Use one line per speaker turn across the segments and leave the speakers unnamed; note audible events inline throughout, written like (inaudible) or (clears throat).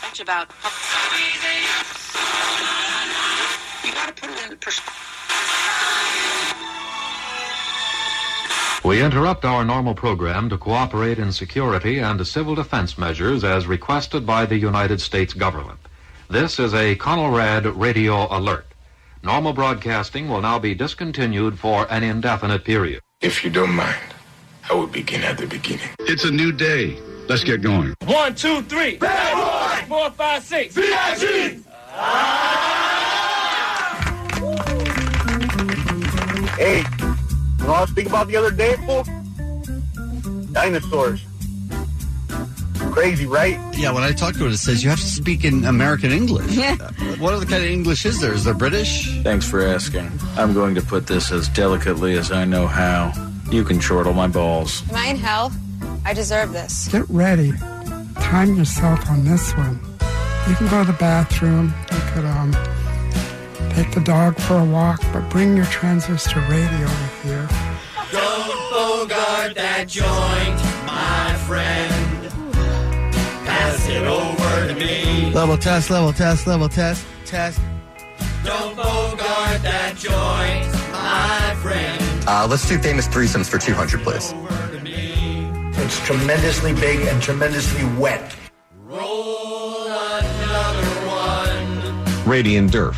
much about. You gotta put it in perspective.
We interrupt our normal program to cooperate in security and civil defense measures as requested by the United States government. This is a Conelrad radio alert. Normal broadcasting will now be discontinued for an indefinite period.
If you don't mind, I will begin at the beginning.
It's a new day. Let's get going.
One, two, three. Bad boy. Four, five, six. VIG.
Ah. Hey, you know what I was thinking about the other day, fool? Dinosaurs. Crazy, right?
Yeah, when I talk to it, it says you have to speak in American English. Yeah. What other kind of English is there? Is there British?
Thanks for asking. I'm going to put this as delicately as I know how. You can chortle my balls.
Am I in hell? I deserve this.
Get ready. Time yourself on this one. You can go to the bathroom. You could um, take the dog for a walk, but bring your transistor radio with you.
Don't bogart that joint, my friend. Pass it over to me.
Level test, level test, level test, test.
Don't bogart that joint, my friend.
Uh, let's do famous threesomes for 200, please.
It's tremendously big and tremendously wet.
Roll another one,
Radian Durf.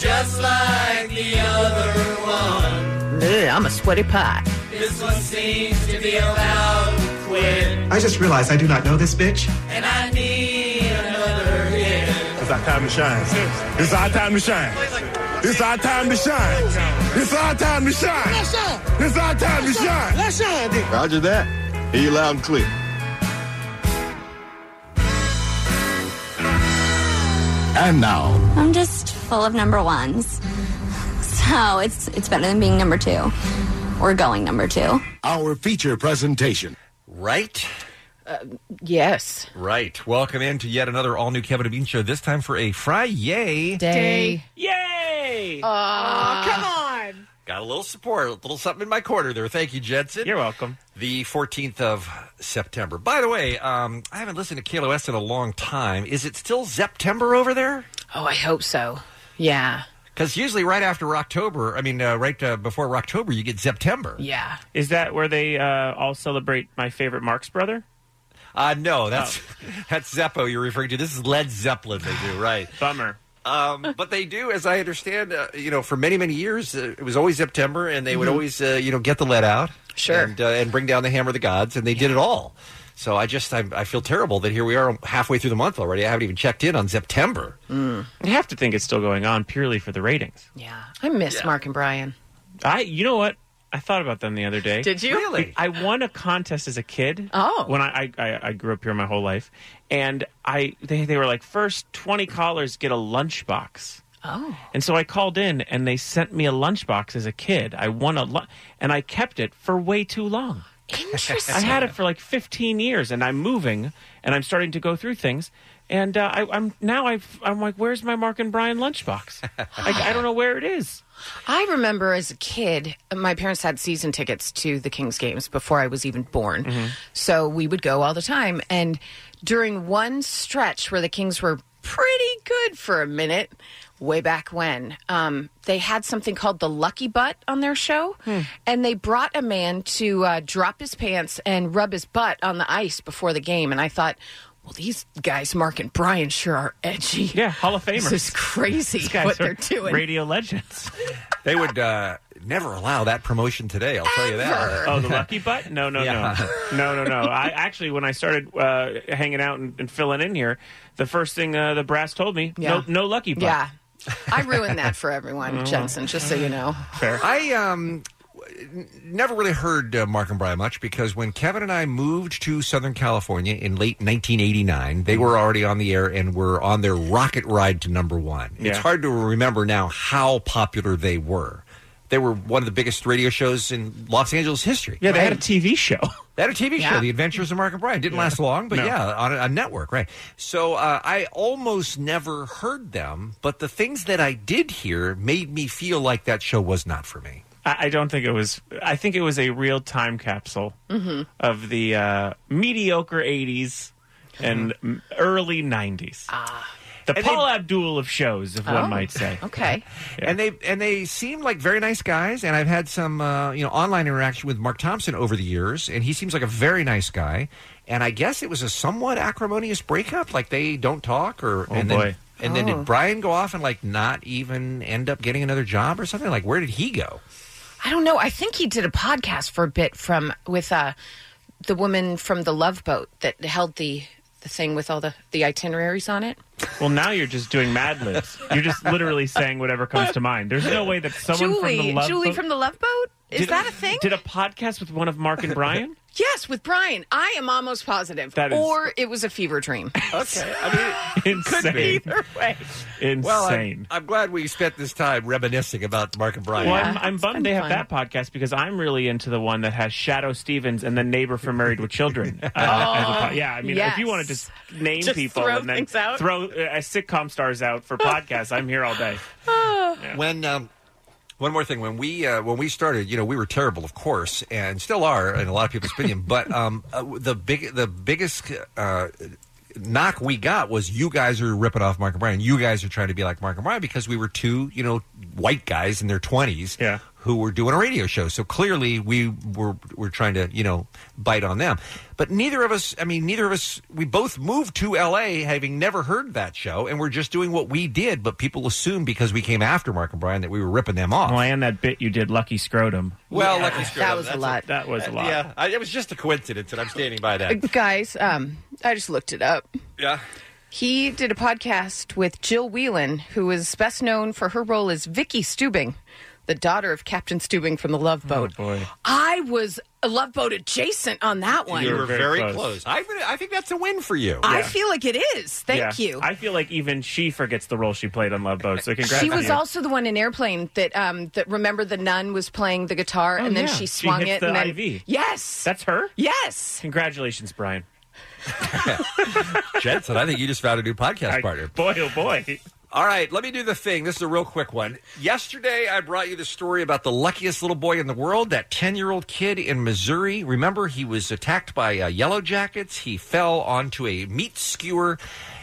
just like the other one.
I'm a sweaty pot.
This one seems to be allowed to quit,
I just realized I do not know this bitch.
and I need another hit.
It's our time to shine. It's our time to shine. It's our time to shine. It's our time to shine. It's our time to shine. Let's shine.
Roger that. Hear you loud and clear.
And now,
I'm just full of number ones. So it's it's better than being number two. Or going number two.
our feature presentation.
Right?
Uh, Yes.
Right. Welcome into yet another all new Kevin and Bean show, this time for a fry yay
Day.
Yay!
Aw.
come on! Got a little support, a little something in my quarter there. Thank you, Jensen. You're welcome. The 14th of September. By the way, um, I haven't listened to KLOS in a long time. Is it still September over there?
Oh, I hope so. Yeah.
Because usually right after October, I mean, uh, right uh, before October, you get September.
Yeah.
Is that where they uh, all celebrate my favorite Marx brother? Oh.
Uh, no, that's (laughs) that's Zeppo you're referring to. This is Led Zeppelin they do, right?
(sighs) Bummer.
(laughs)
Um, but they do, as I understand, uh, you know, for many many years, uh, it was always September, and they would always, uh, you know, get the lead out,
Mm-hmm. Sure.
and, uh, and bring down the hammer of the gods, and they did it all. So I just I, I feel terrible that here we are halfway through the month already. I haven't even checked in on September.
Mm.
I have to think it's still going on purely for the ratings.
Yeah. I miss Mark and Brian.
I, you know what? I thought about them the other day.
Did you?
Really?
I won a contest as a kid.
Oh.
when I I, I, I grew up here my whole life, and I they, they were like first twenty callers get a lunchbox.
Oh.
And so I called in, and they sent me a lunchbox as a kid. I won a lu- and I kept it for way too long.
Interesting.
I had it for like 15 years, and I'm moving, and I'm starting to go through things, and uh, I, I'm now I've, I'm like, where's my Mark and Brian
(laughs)
lunchbox? like, I don't know where it is.
I remember as a kid, my parents had season tickets to the Kings games before I was even born.
Mm-hmm.
So we would go all the time. And during one stretch where the Kings were pretty good for a minute, way back when, um, they had something called the Lucky Butt on their show. And they brought a man to uh, drop his pants and rub his butt on the ice before the game. And I thought, well, these guys, Mark and Brian, sure are edgy.
Yeah, Hall of Famers.
(laughs) This is crazy
These guys
what
are
they're doing.
Radio legends.
They would uh, never allow that promotion today. I'll tell you that.
Oh, the lucky butt? No, no,
Yeah.
no, no, no, no. I actually, when I started uh, hanging out and, and filling in here, the first thing uh, the brass told me,
Yeah.
no, no lucky butt. (laughs) Oh.
Yeah. I ruined that for everyone, Jensen, just so you know.
fair.
I um never really heard uh, Mark and Brian much because when Kevin and I moved to Southern California in late 1989, they were already on the air and were on their rocket ride to number one. It's
Yeah.
hard to remember now how popular they were. They were one of the biggest radio shows in Los Angeles history.
Yeah, they had a TV show.
They had a TV
Yeah.
show, The Adventures of Mark and Brian. Didn't
Yeah.
last long, but
No.
yeah, on a, a network, right? So uh, I almost never heard them, but the things that I did hear made me feel like that show was not for me.
I, I don't think it was. I think it was a real time capsule
Mhm.
of the uh, mediocre '80s and
Mm-hmm.
m early '90s. the Paul Abdul of shows, if
Oh,
one might say. (laughs)
Ah. Okay.
And they and they seemed like very nice guys, and I've had some uh, you know online interaction with Mark Thompson over the years, and he seems like a very nice guy. And I guess it was a somewhat acrimonious breakup, like they don't talk, or
Oh,
and
boy.
then and then
Oh.
did Brian go off and like not even end up getting another job or something? Like where did he go?
I don't know. I think he did a podcast for a bit from with uh, the woman from the Love Boat that held the the thing with all the the itineraries on it.
Well, now you're just doing Mad Libs. You're just literally saying whatever comes to mind. There's no way that someone
Julie,
from the Love
Julie
Boat-
from the Love Boat. Is
Did-
that a thing?
Did a podcast with one of Mark and
(laughs)
Brian?
Yes, with Brian. I am almost positive.
That is-
Or it was a
(laughs)
fever dream.
Okay. I
(laughs) Insane.
Could be.
mean, either way.
Insane.
Well, I'm, I'm glad we spent this time reminiscing about Mark and Brian.
Well, I'm, I'm bummed they have that podcast because I'm really into the one that has Shadow Stevens and the neighbor from Married with
(laughs)
Children. uh, as a po- yeah, I mean, if you want to just name
Oh, Just
people
throw
and then
things out.
throw uh, sitcom stars out for podcasts, I'm here all day.
When um, one more thing, when we uh, when we started, you know, we were terrible, of course, and still are in a lot of people's opinion. But um, uh, the big the biggest uh, knock we got was you guys are ripping off Mark and Brian. You guys are trying to be like Mark and Brian because we were two, you know, white guys in their twenties. Yeah. Who were doing a radio show? So clearly, we were were trying to you know bite on them, but neither of us. I mean, neither of us. We both moved to L.A. having never heard that show, and we're just doing what we did. But people assumed because we came after Mark and Brian that we were ripping them off.
Well, and that bit you did, Lucky Scrotum.
Well,
Yeah,
lucky
that
screw.
was a lot.
That was a lot.
Yeah, I, it was just a coincidence, and I'm standing by
Uh,
that.
(laughs)
Guys, um, I just looked it up.
Yeah.
He did a podcast with Jill Whelan, who is best known for her role as Vicky Stubing, the daughter of Captain Stubing from the Love Boat.
Oh, boy.
I was a Love Boat adjacent on that one.
You were very close. I, I think that's a win for you.
I feel like it is. Thank
Yeah.
you.
I feel like even she forgets the role she played on Love Boat. So congrats.
she
to
was
you.
also the one in Airplane that um that remember the nun was playing the guitar
Oh,
and then
yeah.
she swung
hits
it
the
and then
IV.
yes
that's her.
Yes.
(laughs)
Congratulations, Brian.
Jensen, I think you just found a new podcast partner.
Boy, oh boy.
All right, let me do the thing. This is a real quick one. Yesterday, I brought you the story about the luckiest little boy in the world, that 10 year old kid in Missouri. Remember, he was attacked by uh, yellow jackets. He fell onto a meat skewer,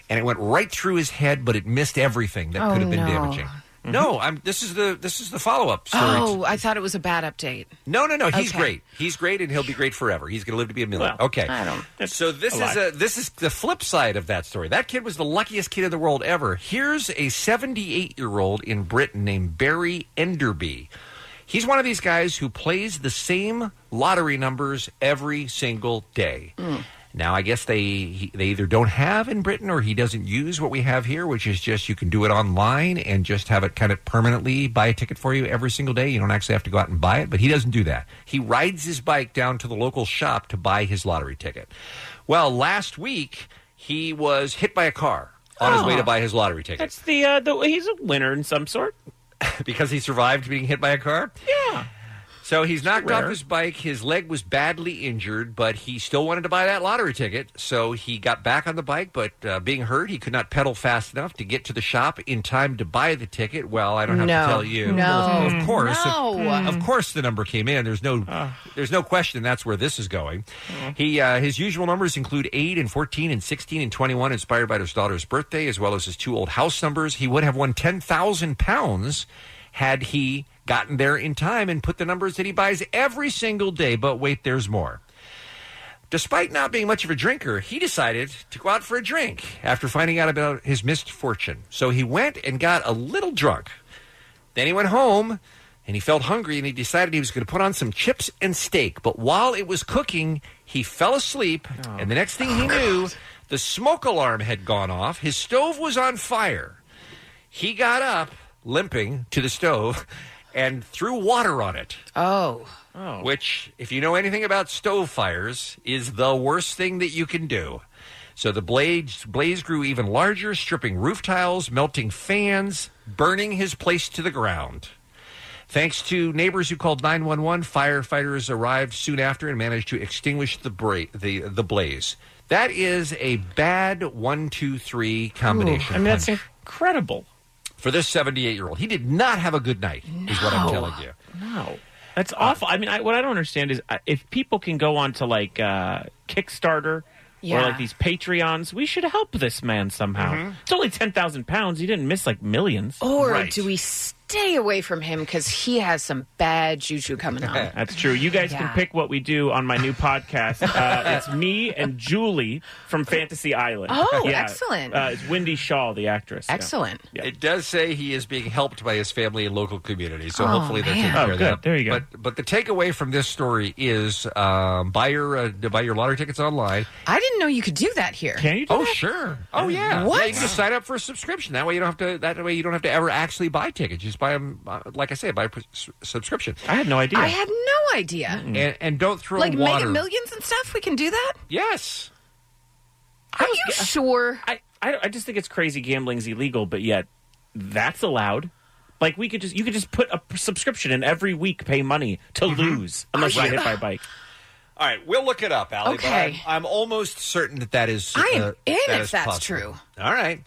and it went right through his head, but it missed everything that
Oh,
could have been
no.
damaging. No, I'm, this is the this is the follow up story.
Oh, I thought it was a bad update.
No, no, no. He's
Okay.
great. He's great, and he'll be great forever. He's going to live to be a million.
Well,
okay.
I don't-
So this
a
is
lie.
a this is the flip side of that story. That kid was the luckiest kid in the world ever. Here's a 78 year old in Britain named Barry Enderby. He's one of these guys who plays the same lottery numbers every single day. Now, I guess they he- they either don't have in Britain or he doesn't use what we have here, which is just you can do it online and just have it kind of permanently buy a ticket for you every single day. You don't actually have to go out and buy it, but he doesn't do that. He rides his bike down to the local shop to buy his lottery ticket. Well, last week he was hit by a car on his way to buy his lottery ticket
Oh, That's the uh, the he's a winner in some sort.
(laughs) because he survived being hit by a car.
Yeah.
So he's knocked
rare.
off his bike. His leg was badly injured, but he still wanted to buy that lottery ticket. So he got back on the bike, but uh, being hurt, he could not pedal fast enough to get to the shop in time to buy the ticket. Well, I don't have
No.
to tell you.
No.
Of course.
No.
Of, of course the number came in. There's no there's no question that's where this is going. He uh, his usual numbers include 8 and 14 and 16 and 21 inspired by his daughter's birthday as well as his two old house numbers. He would have won 10,000 pounds had he gotten there in time and put the numbers that he buys every single day, but wait, there's more. Despite not being much of a drinker, he decided to go out for a drink after finding out about his misfortune. So he went and got a little drunk. Then he went home and he felt hungry and he decided he was going to put on some chips and steak. But while it was cooking, he fell asleep. And the next thing he knew, the smoke alarm had gone off. His stove was on fire. He got up, limping to the stove, and threw water on it.
Oh.
Oh.
Which, if you know anything about stove fires, is the worst thing that you can do. So the blaze, blaze grew even larger, stripping roof tiles, melting fans, burning his place to the ground. Thanks to neighbors who called 911, firefighters arrived soon after and managed to extinguish the, bra- the, the blaze. That is a bad one, two, three combination.
Ooh, I mean, that's
punch
incredible.
for this 78 year old. He did not have a good night, is what I'm
No.
telling you.
No, that's awful. I mean, I, what I don't understand is uh, if people can go on to like uh, Kickstarter
Yeah.
or like these Patreons, we should help this man somehow.
Mhm.
It's only ten thousand pounds. He didn't miss like millions.
Or do we stay away from him because he has some bad juju
(laughs)
coming on?
That's true. You guys
Yeah.
can pick what we do on my new podcast. Uh, it's me and Julie from Fantasy Island.
Oh, excellent.
Uh, it's Wendy Shaw, the actress. Yeah.
Excellent.
It does say he is being helped by his family and local community, so
Oh,
hopefully they're
man.
taking
Oh,
care of
good.
that.
There you go.
But, but the takeaway from this story is um, buy your uh, buy your lottery tickets online.
I didn't know you could do that here.
Can you?
Oh sure. Oh yeah.
What?
Yeah, you can just sign up for a subscription. That way you don't have to. That way you don't have to ever actually buy tickets. Just buy them, uh, like I say, buy a pres- subscription.
I had no idea.
I had no idea.
and, and don't throw
Like
water.
Mega Millions and stuff, we can do that.
Yes.
Are you sure?
I, I, I just think it's crazy gambling's illegal, but yet that's allowed. Like we could just you could just put a p- subscription and every week pay money to lose unless you
Are
get
you-
hit by a bike.
All right, we'll look it up, Allie. But I'm,
Okay.
I'm almost certain that that is.
I am
uh,
in
that
if
is
that's
possible.
true.
All right,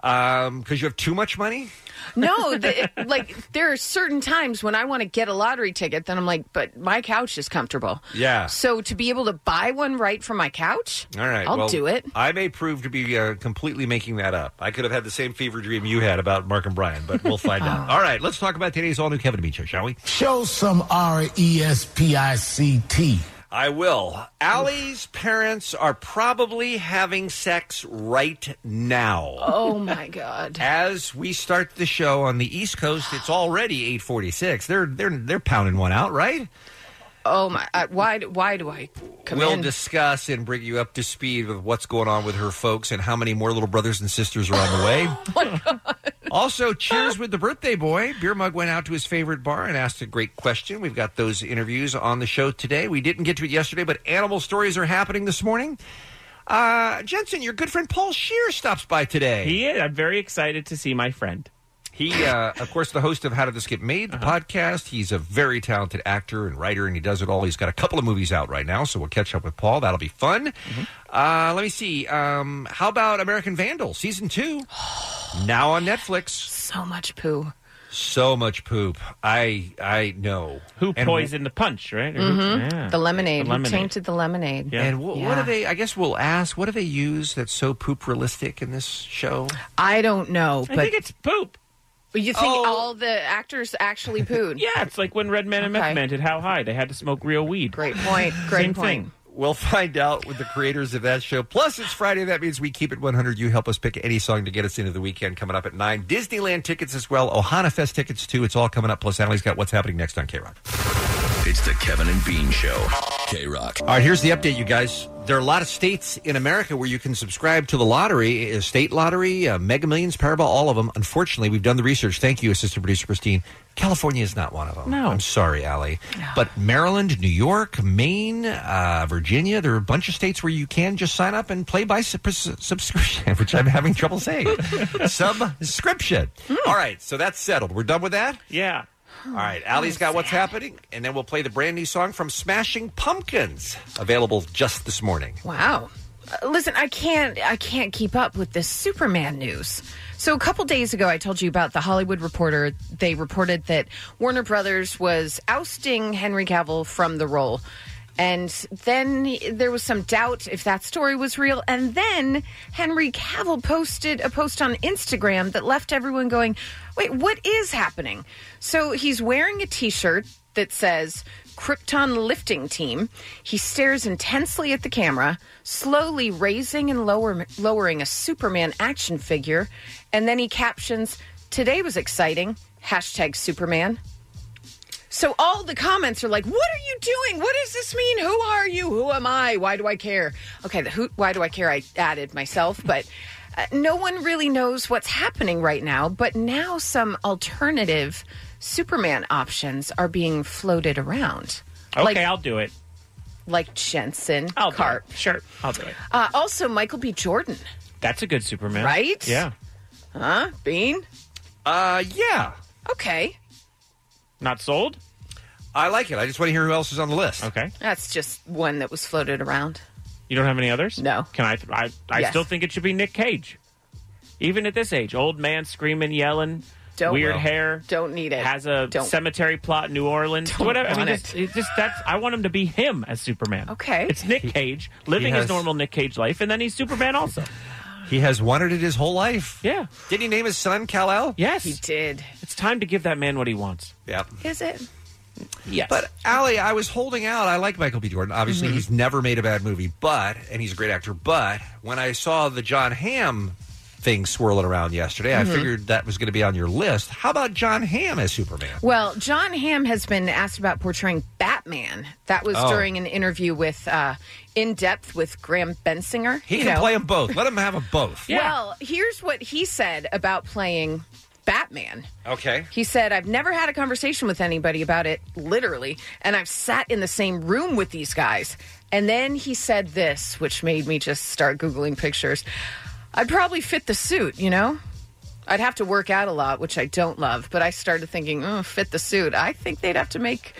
because you have too much
(sighs)
money.
No, the, it- (laughs) like there are certain times when I want to get a lottery ticket, then I'm like, but my couch is comfortable.
Yeah.
So to be able to buy one right from my couch,
All right,
I'll
well,
do it.
I may prove to be uh, completely making that up. I could have had the same fever dream you had about Mark and Brian, but we'll
(laughs)
find out. All right, let's talk about today's all new Kevin and Beach show, shall we?
Show some R E S P I C T.
I will. Allie's parents are probably having sex right now.
Oh my (laughs) god.
As we start the show on the East Coast, it's already eight forty-six. They're they're they're pounding one out, right?
Oh my. I, why? do- Why do I come
we'll
in?
discuss and bring you up to speed with what's going on with her folks and how many more little brothers and sisters are on the
(laughs)
way.
Oh,
Also, cheers with the birthday boy. Beer mug went out to his favorite bar and asked a great question. We've got those interviews on the show today. We didn't get to it yesterday, but animal stories are happening this morning. Uh, Jensen, your good friend Paul Shear stops by today.
He is. I'm very excited to see my friend.
He, uh, of course, the host of How Did This Get Made, the
Uh-huh.
podcast. He's a very talented actor and writer, and he does it all. He's got a couple of movies out right now, so we'll catch up with Paul. That'll be fun. Uh, let me see. Um, how about American Vandal season
(sighs)
two? now on Netflix.
So much poo.
So much poop. I I know.
Who
And-
poisoned the punch, right? Or who-
Mhm.
yeah.
The lemonade.
The lemonade.
You tainted the lemonade.
And wh- what
Yeah.
do they? I guess we'll ask. What do they use that's so poop realistic in this show?
I don't know,
I
but
think it's poop.
you think
Oh.
all the actors
(laughs)
actually pooed?
Yeah, it's like when Red Man and Meth Man did How High. They had to smoke real weed.
Great point. Great
Same
point.
Thing.
We'll find out with the creators of that show. Plus, it's Friday. That means we keep it 100. You help us pick any song to get us into the weekend coming up at 9. Disneyland tickets as well. Ohana Fest tickets, too. It's all coming up. Plus, Annalie's got what's happening next on K Rock.
It's the Kevin and Bean Show. K Rock.
All right, here's the update, you guys. There are a lot of states in America where you can subscribe to the lottery, uh, state lottery, uh, Mega Millions, Powerball, all of them. Unfortunately, we've done the research. Thank you, Assistant Producer Christine. California is not one of them. No, I'm sorry, Allie. But Maryland, New York, Maine, uh, Virginia, there are a bunch of states where you can just sign up and play by sub- subscription, (laughs) which I'm having trouble (laughs) saying. subscription. All right, so that's settled. We're done with that.
Yeah.
All right, Allie's got what's happening, and then we'll play the brand new song from Smashing Pumpkins, available just this morning.
Wow. Uh, Listen, I can't I can't keep up with this Superman news. So a couple days ago I told you about the Hollywood Reporter. They reported that Warner Brothers was ousting Henry Cavill from the role. And then there was some doubt if that story was real. And then Henry Cavill posted a post on Instagram that left everyone going, wait, what is happening? So he's wearing a t shirt that says, Krypton lifting team. He stares intensely at the camera, slowly raising and lower, lowering a Superman action figure, and then he captions, Today was exciting, hashtag Superman. So all the comments are like, "What are you doing? What does this mean? Who are you? Who am I? Why do I care?" Okay, the who, why do I care? I added myself, but uh, no one really knows what's happening right now. But now some alternative Superman options are being floated around,
(laughs) Okay,
like
I'll do it.
like Jensen
I'll
Carp.
do it. Sure, I'll do it.
Uh, also, Michael B. Jordan,
That's a good Superman,
Right?
Yeah,
huh? Bean.
Uh, yeah.
Okay,
not sold.
I like it. I just want to hear who else is on the list.
Okay.
that's just one that was floated around.
You don't have any others? No. Can I? I, I
Yes.
still think it should be Nick Cage, even at this age. Old man screaming, yelling,
Don't
weird
Well.
hair.
Don't need it.
Has a
Don't.
cemetery plot in New Orleans. Whatever. I
want
mean, just, it just that's. I want him to be him as Superman.
Okay.
It's Nick Cage living
he
his
has-
normal Nick Cage life, and then he's Superman also.
He has wanted it his whole life.
Yeah.
Didn't he name his son Kal El?
Yes, he
did.
It's time to give that man what he wants.
Yeah.
Is it?
Yes.
But Allie, I was holding out. I like Michael B. Jordan. Obviously,
Mhm.
he's never made a bad movie, but and he's a great actor. But when I saw the John Hamm thing swirling around yesterday,
Mhm.
I figured that was going to be on your list. How about John Hamm as Superman?
Well, John Hamm has been asked about portraying Batman. That was
Oh.
during an interview with uh, In Depth with Graham Bensinger.
He
you
can
know.
play them both. Let him have them
(laughs)
both.
Well, here's what he said about playing Batman.
Okay.
He said, I've never had a conversation with anybody about it, literally, and I've sat in the same room with these guys. And then he said this, which made me just start Googling pictures. I'd probably fit the suit, you know? I'd have to work out a lot, which I don't love, but I started thinking, oh, fit the suit. I think they'd have to make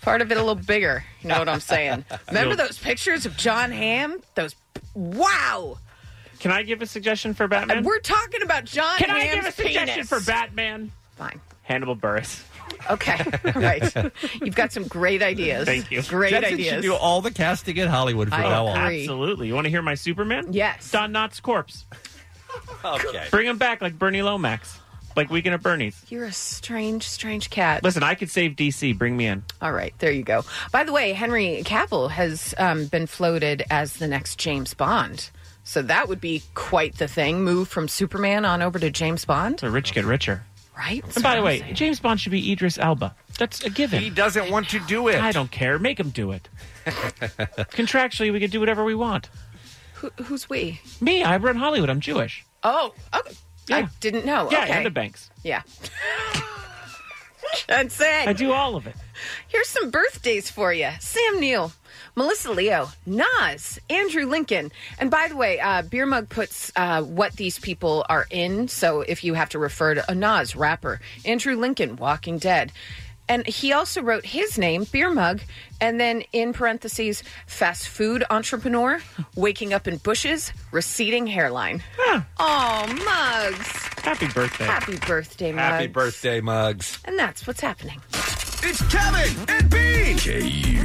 part of it a little bigger. You know what
(laughs)
I'm saying? Remember
You'll-
those pictures of John Hamm? Those, wow! Uh,
Can I give a suggestion for Batman?
We're talking about John
Can I
Hamm's
give a suggestion
penis.
for Batman?
Fine.
Hannibal Burris.
Okay.
(laughs)
All (laughs) right. You've got some great ideas.
Thank you.
Great
Jensen should
ideas.
do all the casting in Hollywood from
I
now on.
agree.
Absolutely. You want to hear my Superman?
Yes.
Don Knott's corpse.
Okay.
Bring him back like Bernie Lomax, like Weekend at Bernie's.
You're a strange, strange cat.
Listen, I could save DC. Bring me in.
All right. There you go. By the way, Henry Cavill has um, been floated as the next James Bond. So that would be quite the thing. Move from Superman on over to James Bond,
The rich get richer.
right?
And by the way, James Bond should be Idris Alba. That's a given.
He doesn't want to do it.
I don't care. Make him
(laughs)
do it. Contractually, we can do whatever we want.
Who, who's we?
Me, I run Hollywood. I'm Jewish.
Oh, okay. I didn't know.
Yeah,
okay.
and the banks.
Yeah. (laughs) That's it.
I do all of it.
Here's some birthdays for you Sam Neill, Melissa Leo, Nas, Andrew Lincoln. And by the way, uh, Beer Mug puts uh, what these people are in. So if you have to refer to a Nas rapper, Andrew Lincoln, Walking Dead. And he also wrote his name, Beer Mug, and then in parentheses, fast food entrepreneur, waking up in bushes,
(laughs)
receding hairline. Oh, Mugs.
Happy birthday.
Happy birthday, Mugs.
Happy birthday, Mugs.
And that's what's happening.
It's Kevin and Bean. K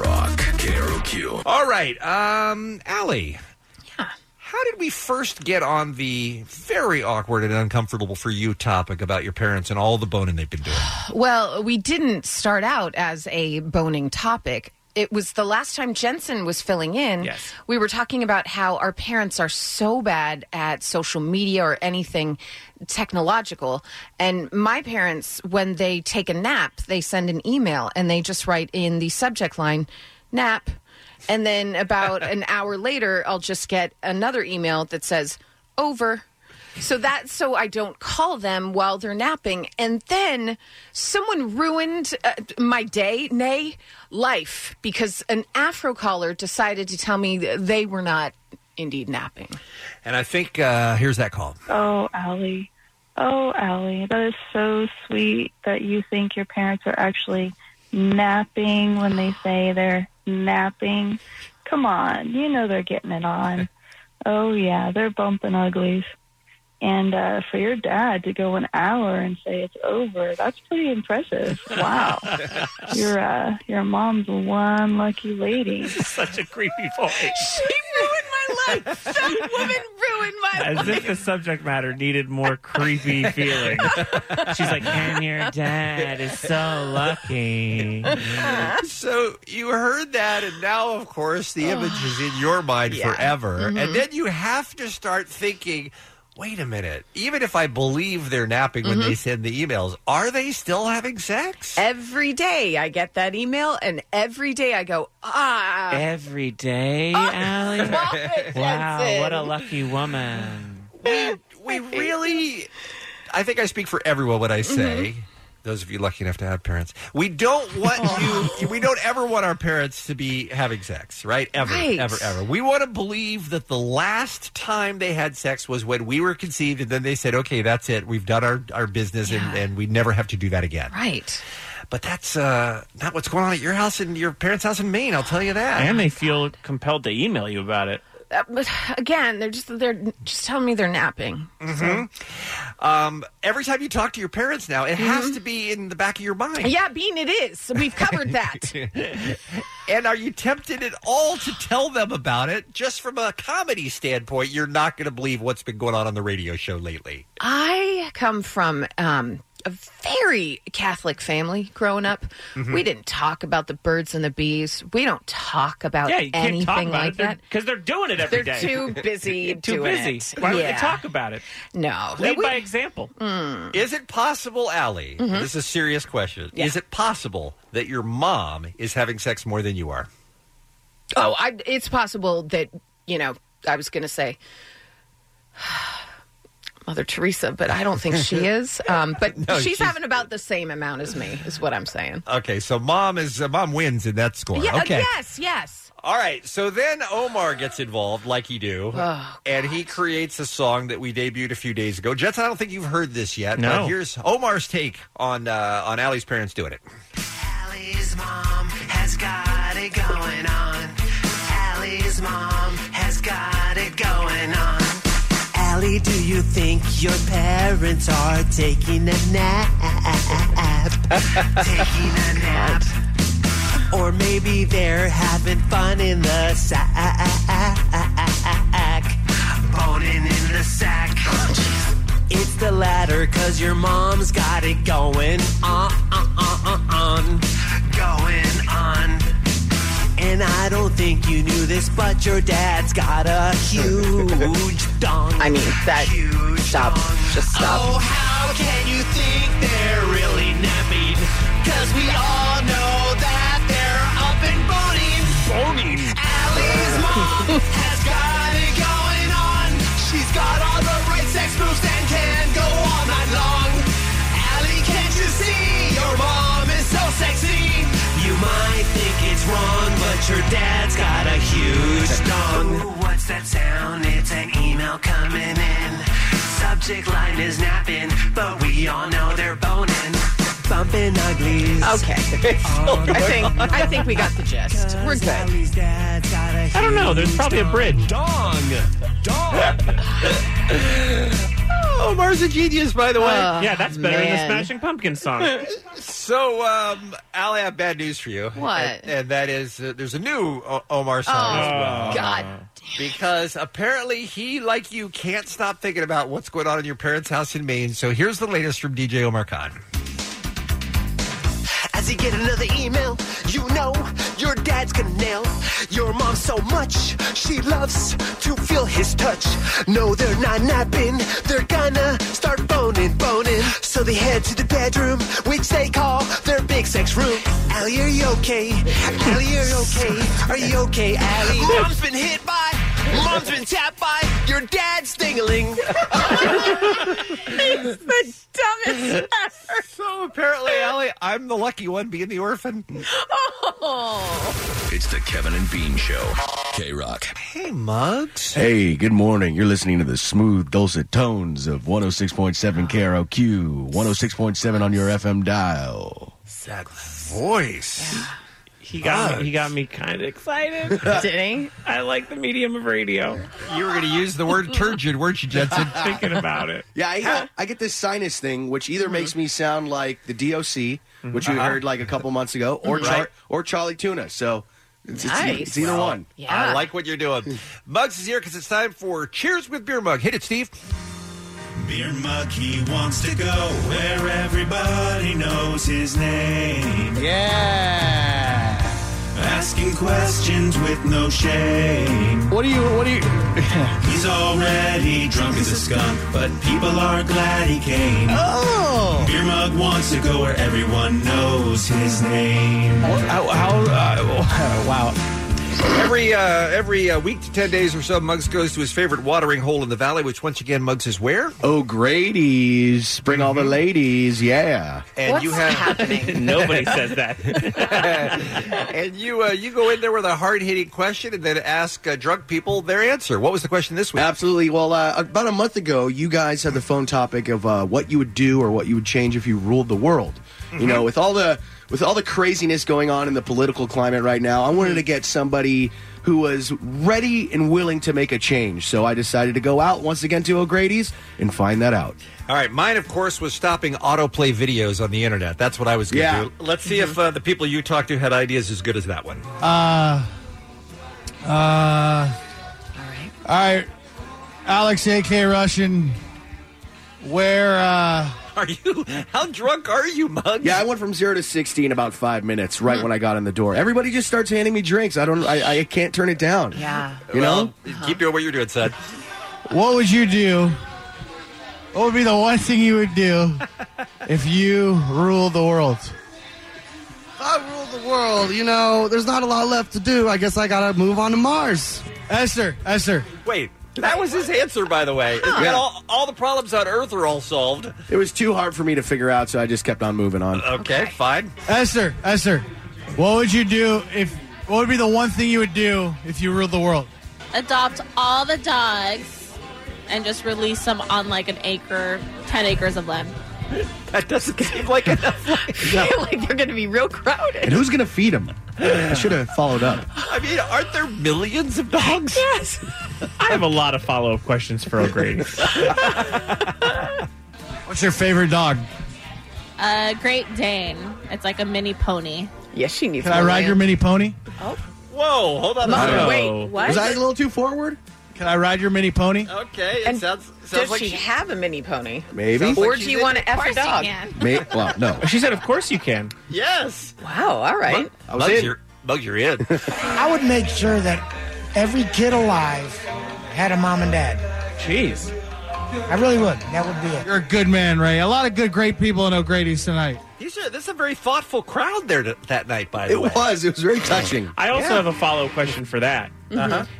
Rock K R O Q.
All right, um, Allie. Yeah. How did we first get on the very awkward and uncomfortable for you topic about your parents and all the boning they've been doing?
Well, we didn't start out as a boning topic. It was the last time Jensen was filling in. Yes. We were talking about how our parents are so bad at social media or anything technological. And my parents, when they take a nap, they send an email and they just write in the subject line, nap. And then about an hour later, I'll just get another email that says, over. So that's so I don't call them while they're napping. And then someone ruined uh, my day, nay, life, because an Afro caller decided to tell me th- they were not indeed napping.
And I think uh, here's that call.
Oh, Allie. Oh, Allie, that is so sweet that you think your parents are actually napping when they say they're napping. Come on, you know they're getting it
(laughs)
on. oh, yeah, they're bumping uglies. And uh, for your dad to go an hour and say it's over, that's pretty impressive.
(laughs)
Wow. your, uh, your mom's one lucky lady.
Such a creepy voice.
(laughs) She ruined my life. That woman ruined my
As if the subject matter needed more creepy feeling. She's like, and your dad is so lucky.
so you heard that, and now, of course, the image is in your mind forever.
Mm-hmm.
Mhm.
And then you have to start thinking, wait a minute. Even if I believe they're napping when they send the emails, are they still having sex?
Every day I get that email, and every day I go, ah.
Every day,
Oh,
Allie. Wow, what a lucky woman.
we really I think I speak for everyone when I say those of you lucky enough to have parents. We don't want you we don't ever want our parents to be having sex, right? Ever
Right.
ever ever. We want to believe that the last time they had sex was when we were conceived and then they said, "Okay, that's it. We've done our our business and, and we never have to do that again."
Right.
But that's uh not what's going on at your house and your parents' house in Maine, I'll tell you that.
And they feel compelled to email you about it.
Uh, But again, they're just they're just telling me they're napping.
Mhm. Um, every time you talk to your parents now, it has to be in the back of your mind.
Mm-hmm. Yeah, Bean, it is. So We've covered that.
(laughs) and are you tempted at all to tell them about it? Just from a comedy standpoint, you're not going to believe what's been going on on the radio show lately.
I come from um, a very Catholic family growing up.
Mhm.
We didn't talk about the birds and the bees. We don't talk about
yeah, you can't
anything
talk about
like
it
that.
because they're doing it every
They're
day.
too
(laughs)
busy
too
doing
busy.
it.
Why would
Yeah.
they talk about it?
No,
Lead
We-
by example.
Mm.
Is it possible, Allie?
Mhm.
This is a serious question.
Yeah.
Is it possible that your mom is having sex more than you are?
Oh, I, it's possible that you know. I was going to
(laughs)
say Mother Teresa, but I don't think she is. Um, but
No,
she's,
she's-
having about the same amount as me, is what I'm saying.
Okay, so mom is uh, mom wins in that score.
Yeah, uh,
okay.
Yes. Yes.
All right, so then Omar gets involved, like you do,
Oh,
and he creates a song that we debuted a few days ago. Jets, I don't think you've heard this yet.
No.
But here's Omar's take on uh, on Allie's parents doing it.
Allie's mom has got it going on. Allie's mom has got it going on. Allie, do you think your parents are taking a nap? (laughs) taking a nap. Or maybe they're having fun in the sack. Boning in the sack. It's the latter, cause your mom's got it going on. on. Going on. And I don't think you knew this, but your dad's got a (laughs) huge dong. I mean, that. Huge stop. Just
stop.
Oh, how can you think they're really napping? Cause we all know that they're up and boning. Boning. Allie's mom has got it going on. She's got all the right sex moves and can go all night long. Allie, can't you see? Your mom is so sexy. You might think it's wrong, but your dad's got a huge dong. What's that sound? It's an email coming in. Subject line is napping, but we all know they're boning. Bumping uglies.
(laughs)
Okay.
Oh
I think I think we got the gist. We're good.
I
don't know. There's probably a bridge.
Dong. Dong.
(laughs)
oh, Mars a genius, by the way.
yeah, that's better
Oh,
than the
man.
Smashing Pumpkins song.
(laughs) so, um, Allie, I have bad news for you.
What?
And, and that is, uh, there's a new o- Omar song
Oh,
as well.
God
Because apparently he, like you, can't stop thinking about what's going on in your parents' house in Maine. So here's the latest from DJ Omar Khan.
As you get another email, you know your dad's gonna nail your mom so much. She loves to feel his touch. No, they're not napping, they're gonna start boning, boning. So they head to the bedroom, which they call their big sex room. Allie, are you okay? Allie, are you okay? Are you okay, Allie? (laughs) Mom's been hit by, mom's been tapped by your
(laughs)
dad's dingling.
the
(laughs)
dumbest ever.
So apparently, Allie, I'm the lucky one being the orphan.
Oh.
It's the Kevin and Bean Show. K Rock.
Hey, Muggs.
Hey, good morning. You're listening to the smooth, dulcet tones of 106.7 KROQ, 106.7 on your FM dial.
That voice.
He got me, he got me kind of excited.
(laughs) Did he?
I like the medium of radio.
You were going to use the word turgid, weren't you, (laughs) Jetson?
Thinking about it.
Yeah, I get, I get this sinus thing, which either makes me sound like the DOC, which you
Mm-hmm. Uh-huh.
heard like a couple months ago, or
Right.
Char- or Charlie Tuna. So it's, it's-
Nice.
it's either
Well,
one.
I like what you're
(laughs)
doing. Muggs is here because it's time for Cheers with Beer Mug. Hit it, Steve.
(laughs) Beer Mug, he wants to go where everybody knows his name. Yeah. Asking questions with no shame.
What do you, what do you. (laughs)
He's already drunk as a skunk, but people are glad he came.
Oh!
Beer Mug wants to go where everyone knows his name.
How, uh, (laughs) wow. Every uh, every uh, week to 10 days or so, Muggs goes to his favorite watering hole in the valley, which once again, Muggs is where? Mm-hmm.
Oh, Grady's. Bring all the ladies. Yeah.
And you have (laughs) happening?
Nobody
says
(laughs)
that.
and you uh, you go in there with a hard hitting question and then ask uh, drunk people their answer. What was the question this week?
Absolutely. Well, uh, about a month ago, you guys had the phone topic of uh, what you would do or what you would change if you ruled the world.
Mm-hmm.
You know, with all the with all the craziness going on in the political climate right now, I wanted to get somebody who was ready and willing to make a change. So I decided to go out once again to O'Grady's and find that out.
All right, mine of course was stopping autoplay videos on the internet. That's what I was going to
Yeah.
do. Let's see if uh,
Mm-hmm.
the people you talked to had ideas as good as that one.
Uh, uh, all right. All right. Alex, AK Russian, where, uh,
(laughs) Are you? How drunk are you, Muggs? Mm.
Yeah, I went from zero to sixty in about five minutes. Right when I got in the door, everybody just starts handing me drinks. I don't. I, I can't turn it down.
Yeah.
You
Well,
know.
Uh-huh.
Keep doing what you're doing, son.
what would you do? What would be the one thing you
(laughs)
would do if you ruled the world?
I rule the world. You know, there's not a lot left to do. I guess I gotta move on to Mars.
Esther, Esther.
Wait, that was his answer, by the way. Is that
Yeah.
all, all the problems on Earth are all solved.
It was too hard for me to figure out, so I just kept on moving on.
Okay, fine.
Esther, Esther, what would you do if? What would be the one thing you would do if you ruled the world?
adopt all the dogs and just release them on like an acre, 10 acres of land.
That doesn't seem like
(laughs)
enough.
like they're going to be real crowded.
And who's gonna feed him? I should have followed up.
I mean, aren't there millions of dogs? Yes.
I have a lot of follow up questions
(laughs)
for O'Grady.
What's your favorite dog?
Uh, Great Dane. It's like a mini pony.
Yes, she needs. Oh.
Can I ride your mini pony?
Whoa, hold on.
Mom,
second.
wait, what? Was I a
little too forward?
Can I ride your mini pony?
Okay, it sounds, sounds
Does
like
she, have a mini pony?
Maybe. Sounds
Or
like
do
she's
you want to
Of
f a
course you
dog?
can.
May, well, no.
She said, "Of course you can."
Yes.
Wow. Oh, All right.
I
Bugs, You're, Bugs, you're in.
I would make sure that every kid alive had a mom and dad.
Jeez.
I really would. That would be it.
You're a good man, Ray. A lot of good, great people in O'Grady's tonight.
These are, this is a very thoughtful crowd there to, that night, by the
It
way.
was. It was very touching. Uh-huh.
I also have a follow up question for that.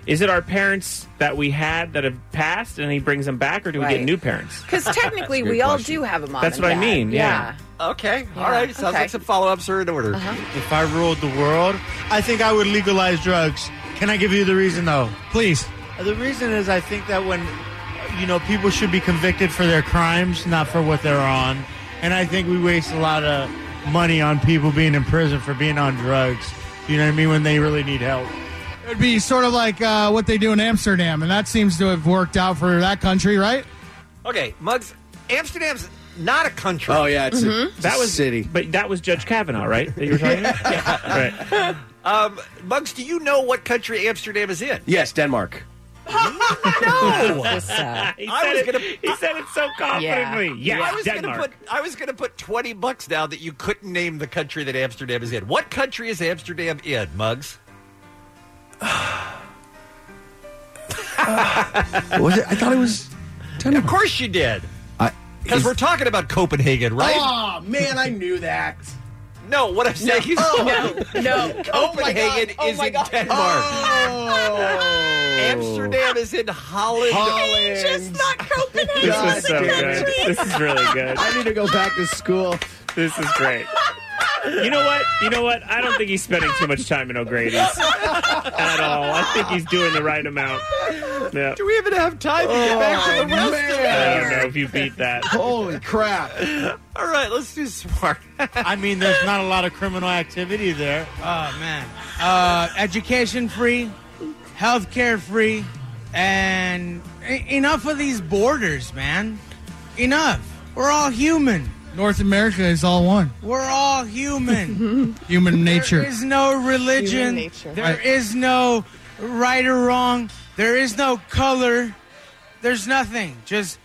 Is
Mhm.
it our parents that we had that have passed, and he brings them back, or do we
Right.
get new parents?
(laughs) Because technically, we all do have a mom.
That's
and
what I
dad.
mean, yeah.
Okay.
Yeah,
All right. Sounds
okay. Uh-huh.
like some follow ups are in order.
If I ruled the world, I think I would legalize drugs. Can I give you the reason though? Please. Uh, The reason is I think that when you know people should be convicted for their crimes, not for what they're on, and I think we waste a lot of money on people being in prison for being on drugs. You know what I mean? When they really need help. It'd be sort of like uh, what they do in Amsterdam, and that seems to have worked out for that country, right?
Okay, Muggs, Amsterdam's not a
(laughs)
country.
Oh, yeah, it's a-
Mm-hmm.
Mhm. it's a
that was
city. But that was Judge Kavanaugh, right? That you were
(laughs)
talking about? Yeah.
Um, Muggs, do you know what country Amsterdam is
(laughs)
in?
Yes, Denmark.
No,
That's so sad.
I was gonna. He
said it so confidently. Yeah. Yeah,
I was
Denmark.
gonna put. I was gonna put twenty bucks down that you couldn't name the country that Amsterdam is in. What country is Amsterdam in,
(sighs)
Muggs?
was it? I thought it was.
Of course you did. Because we're talking about Copenhagen, right? (laughs)
Oh man, I knew that.
No, what I'm saying is
Oh,
(laughs) no,
(laughs) no. Oh, my God.
Copenhagen
Oh,
is
my
in
God. Oh.
Denmark. Amsterdam is in Holland.
Holland.
Just (laughs) not Copenhagen.
God
This is so
damn
good.
it.
This is really good.
I need to go back to school.
This is great. You know what? You know what? I don't think he's spending too much time in O'Grady's
(laughs)
(laughs)
at all. I think he's doing the right amount. Yeah.
Do we even have time to get back
Oh,
to the
I
rest of
don't
it?
know if you beat that.
Holy crap!
All right, let's do smart.
I mean, there's not a lot of criminal activity there.
Oh man. Uh, education free, healthcare free, and e- enough of these borders, man. Enough. We're all human.
North America is all one.
We're all
(laughs)
human.
Human nature.
There is no religion.
Human nature.
There
Right.
is no right or wrong. There is no color. There's nothing. Just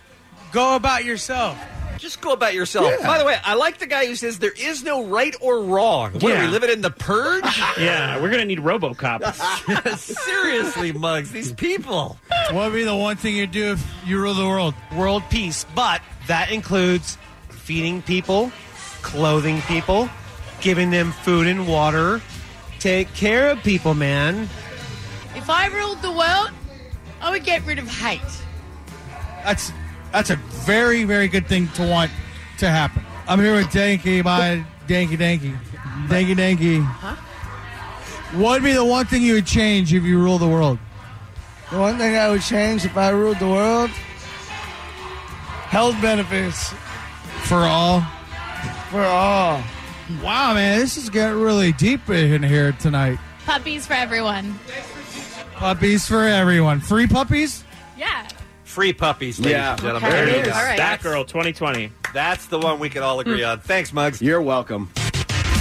go about yourself.
Just go about yourself.
Yeah.
By the way, I like the guy who says there is no right or wrong. What are
Yeah.
we living in the purge?
(laughs) Yeah, we're gonna need RoboCop.
(laughs)
(laughs)
Seriously, mugs, these people.
What would be the one thing you'd do if you rule the world? World peace, but that includes feeding people, clothing people, giving them food and water. Take care of people, man.
If I ruled the world, I would get rid of hate.
That's that's a very very good thing to want to happen. I'm here with Danky by Danky Danky, Danky Danky. What would be the one thing you would change if you ruled the world?
The one thing I would change if I ruled the world health benefits
For all.
for all.
Wow, man, this is getting really deep in here tonight.
Puppies for everyone.
Puppies for everyone. Free puppies?
Yeah.
Free puppies, ladies
Yeah.
and gentlemen.
Okay. There you go.
That's-
All right.
girl, 2020. That's the one we can all agree on. Thanks, Muggs.
You're welcome.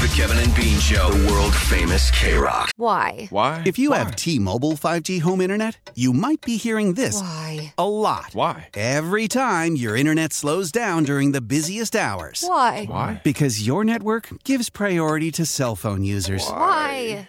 The Kevin and Bean Show, the world famous K Rock.
Why?
Why?
If you have T-Mobile 5G home internet, you might be hearing this
Why?
a lot. Why? Every time your internet slows down during the busiest hours.
Why? Why?
Because your network gives priority to cell phone users.
Why?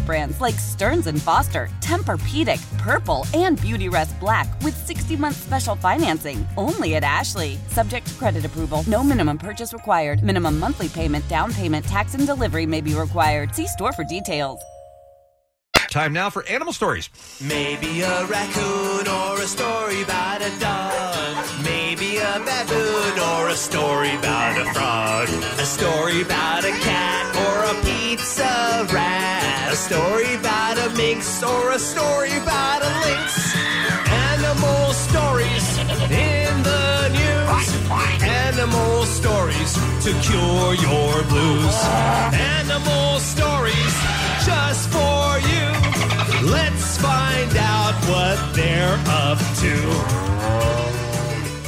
brands like Stearns and Foster, Tempur-Pedic, Purple, and Beautyrest Black with 60-month special financing only at Ashley. Subject to credit approval, no minimum purchase required. Minimum monthly payment, down payment, tax, and delivery may be required. See store for details.
Time now for animal stories.
Maybe a raccoon or a story about a dog. Maybe a baboon or a story about a frog. A story about a cat or a pizza rat. A story about a minx or a story about a lynx. Animal stories in the news. Animal stories to cure your blues. Animal stories just for you. Let's find out what they're up to.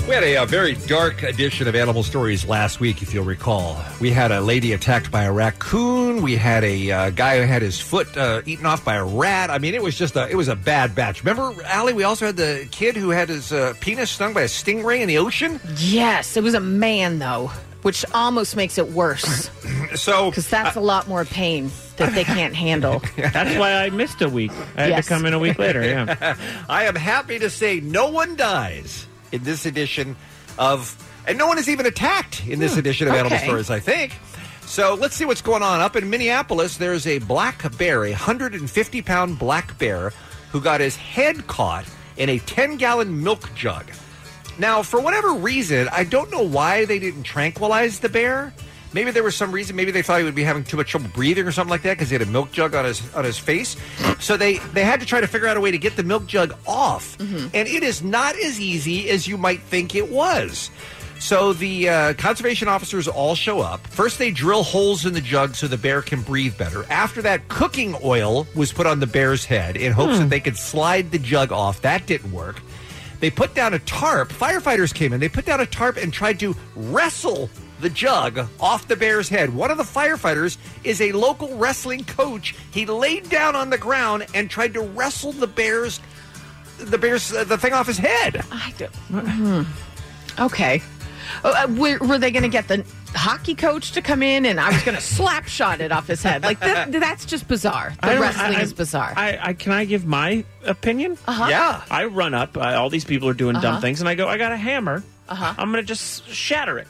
We had a, uh very dark edition of Animal Stories last week, if you'll recall. We had a lady attacked by a raccoon. We had a uh, guy who had his foot uh, eaten off by a rat. I mean, it was just a it was a bad batch. Remember, Allie? We also had the kid who had his uh, penis stung by a stingray in the ocean.
Yes, it was a man though, which almost makes it worse
(clears throat) So uh,
because that's a lot more pain that they
(laughs)
can't handle.
That's why I missed a week. I had
Yes.
to come in a week later.
(laughs)
Yeah.
(laughs) I am happy to say no one dies in this edition of, and no one is even attacked in this edition of Animal
okay.
Stories, I think. So let's see what's going on. Up in Minneapolis, there's a black bear, a 150 pound black bear, who got his head caught in a 10 gallon milk jug. Now, for whatever reason, I don't know why they didn't tranquilize the bear. Maybe there was some reason. Maybe they thought he would be having too much trouble breathing or something like that because he had a milk jug on his on his face. So they they had to try to figure out a way to get the milk jug off, and it is not as easy as you might think it was. So the uh, conservation officers all show up. First, they drill holes in the jug so the bear can breathe better. After that, cooking oil was put on the bear's head in hopes that they could slide the jug off. That didn't work. They put down a tarp. Firefighters came in. They put down a tarp and tried to wrestle the jug off the bear's head. One of the firefighters is a local wrestling coach. He laid down on the ground and tried to wrestle the bear's the bear's uh, the thing off his head.
I do. Mhm. Okay. Uh, uh, were, were they going to get the hockey coach to come in and I was going to slap shot it off his head? Like,
(laughs)
that, that's just bizarre.
I
The
don't-
wrestling
I-
is bizarre.
I, I can I give my opinion?
Uh-huh. Yeah.
I run up. Uh, all these people are doing
Uh-huh.
dumb things, and I go, I got a hammer.
Uh-huh.
I'm gonna just shatter it.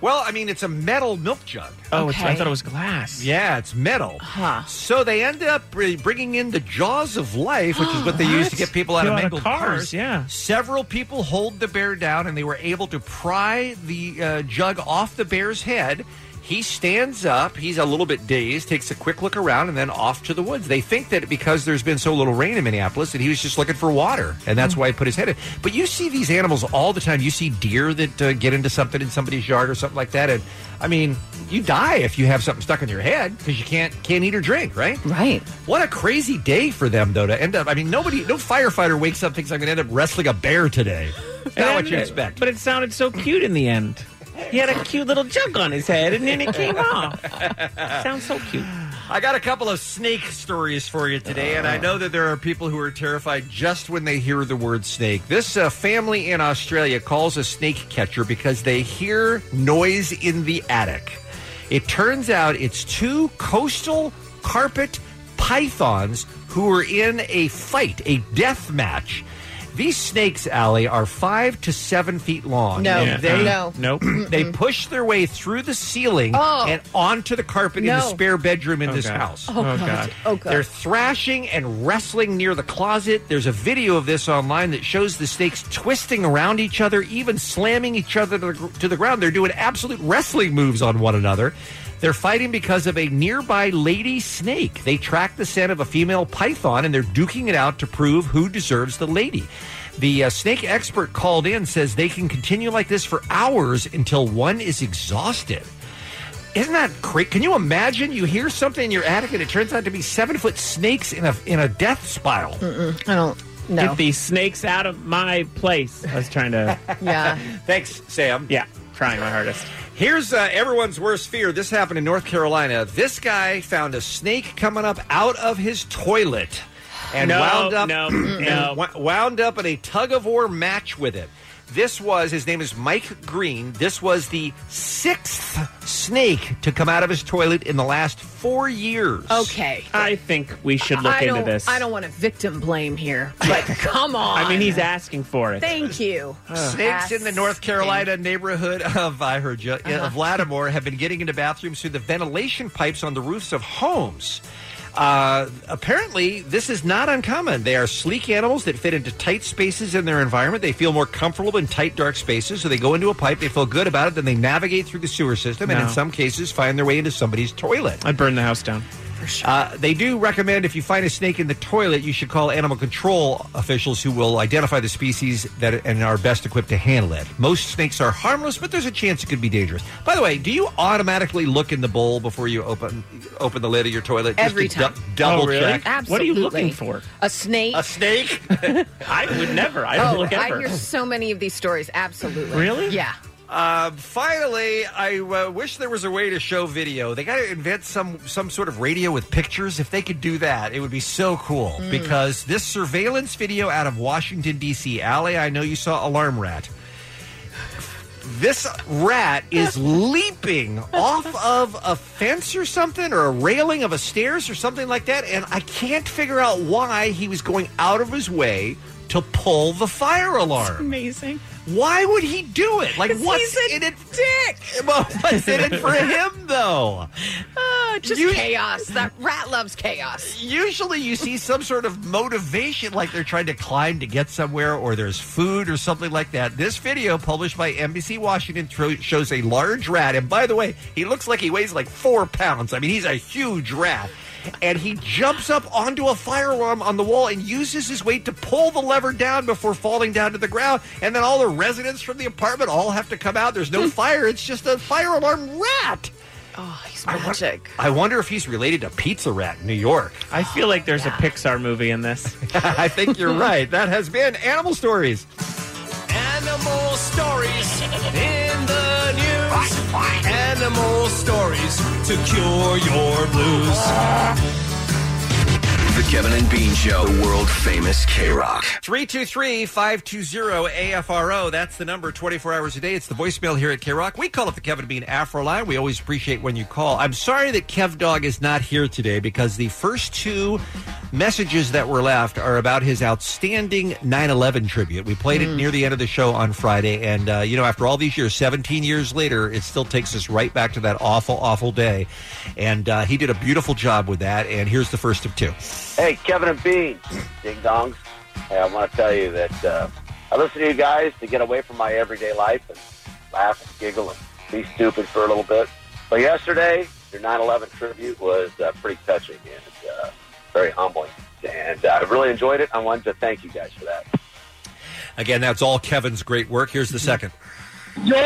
Well, I mean, it's a metal milk jug.
Oh, it's, I thought it was glass.
Yeah, it's metal.
Huh.
So they end up br- bringing in the jaws of life, which is what they used to get people out of
Get out of
mangled
cars,
Yeah. Several people hold the bear down, and they were able to pry the uh, jug off the bear's head. He stands up. He's a little bit dazed, takes a quick look around, and then off to the woods. They think that because there's been so little rain in Minneapolis that he was just looking for water, and that's why he put his head in. But you see these animals all the time. You see deer that uh, get into something in somebody's yard or something like that, and I mean, you die if you have something stuck in your head because you can't can't eat or drink, right?
Right.
What a crazy day for them though to end up. I mean, nobody, no firefighter wakes up thinks I'm going to end up wrestling a bear today. It's Not what you expect.
But it sounded so cute in the end. He had a cute little jug on his head, and then
(laughs)
it
(laughs)
came off. Sounds so cute.
I got a couple of snake stories for you today, and I know that there are people who are terrified just when they hear the word snake. This uh, family in Australia calls a snake catcher because they hear noise in the attic. It turns out it's two coastal carpet pythons who were in a fight, a death match. These snakes, Allie, are five to seven feet long.
No.
and they,
No.
Nope.
(clears throat) they push their way through the ceiling
Oh.
and onto the carpet in the
No.
spare bedroom in
Oh,
this
God.
house.
Oh, Oh, God. God.
Oh, God.
They're thrashing and wrestling near the closet. There's a video of this online that shows the snakes twisting around each other, even slamming each other to the, gr- to the ground. They're doing absolute wrestling moves on one another. They're fighting because of a nearby lady snake. They track the scent of a female python and they're duking it out to prove who deserves the lady. The uh, snake expert called in says they can continue like this for hours until one is exhausted. Isn't that crazy? Can you imagine? You hear something in your attic, and it turns out to be seven foot snakes in a in a death spiral.
I don't know.
Get these snakes out of my place. I was trying to.
(laughs) yeah.
Thanks, Sam.
Yeah, trying my hardest.
Here's uh, everyone's worst fear. This happened in North Carolina. This guy found a snake coming up out of his toilet, and
No,
wound up
no,
(clears throat) and
no.
wo- wound up in a tug of war match with it. This was his name is Mike Green. This was the sixth snake to come out of his toilet in the last four years.
Okay.
I think we should look
I
into
don't-
this.
I don't want to victim blame here, but come on.
I mean, he's asking for it.
Thank you.
Snakes in the North Carolina neighborhood of I heard you, yeah, of Lattimore have been getting into bathrooms through the ventilation pipes on the roofs of homes. Uh, apparently, this is not uncommon. They are sleek animals that fit into tight spaces in their environment. They feel more comfortable in tight, dark spaces, so they go into a pipe. They feel good about it. Then they navigate through the sewer system, and
No.
in some cases, find their way into somebody's toilet.
I'd burn the house down.
Uh, they do recommend if you find a snake in the toilet, you should call animal control officials who will identify the species that and are best equipped to handle it. Most snakes are harmless, but there's a chance it could be dangerous. By the way, do you automatically look in the bowl before you open open the lid of your toilet?
Every
just to
time.
dou-
Oh,
double check.
Absolutely. A snake.
A snake?
I would never. I
oh,
don't look
I
ever.
hear so many of these stories. Absolutely.
Really?
Yeah.
Uh, finally, I uh, wish there was a way to show video. They got to invent some some sort of radio with pictures. If they could do that, it would be so cool.
Mm.
Because this surveillance video out of Washington D.C. Alley, I know you saw alarm rat. This rat
(laughs)
is leaping off of a fence or something, or a railing of a stairs or something like that, and I can't figure out why he was going out of his way to pull the fire alarm.
amazing.
Why would he do it? Like,
'Cause
what's
he's a
in it?
dick.
Well, (laughs) what's in it (laughs) for him, though?
Oh, just
You-
chaos. That rat loves chaos.
Usually, you see some sort of motivation, like they're trying to climb to get somewhere, or there's food or something like that. This video, published by NBC Washington, tro- shows a large rat. And by the way, he looks like he weighs like four pounds. I mean, he's a huge rat. And he jumps up onto a fire alarm on the wall and uses his weight to pull the lever down before falling down to the ground. And then all the residents from the apartment all have to come out. There's no fire, it's just a fire alarm rat.
Oh, he's
I won-
magic.
I wonder if he's related to Pizza Rat in New York.
I feel like there's a Pixar movie in this.
(laughs) I think you're right. That has been Animal Stories.
Animal stories in the news. Animal stories to cure your blues.
The Kevin and Bean Show, world famous K Rock.
323 520 AFRO. That's the number 24 hours a day. It's the voicemail here at K Rock. We call it the Kevin Bean Afro Line. We always appreciate when you call. I'm sorry that Kev Dog is not here today because the first two messages that were left are about his outstanding 9 11 tribute. We played it near the end of the show on Friday. And, uh, you know, after all these years, 17 years later, it still takes us right back to that awful, awful day. And uh, he did a beautiful job with that. And here's the first of two.
Hey, Kevin and Bean, ding dongs. Hey, I want to tell you that uh, I listen to you guys to get away from my everyday life and laugh and giggle and be stupid for a little bit. But yesterday, your 9/11 tribute was uh, pretty touching and uh, very humbling, and uh, I really enjoyed it. I wanted to thank you guys for that.
Again, that's all Kevin's great work. Here's the second.
Your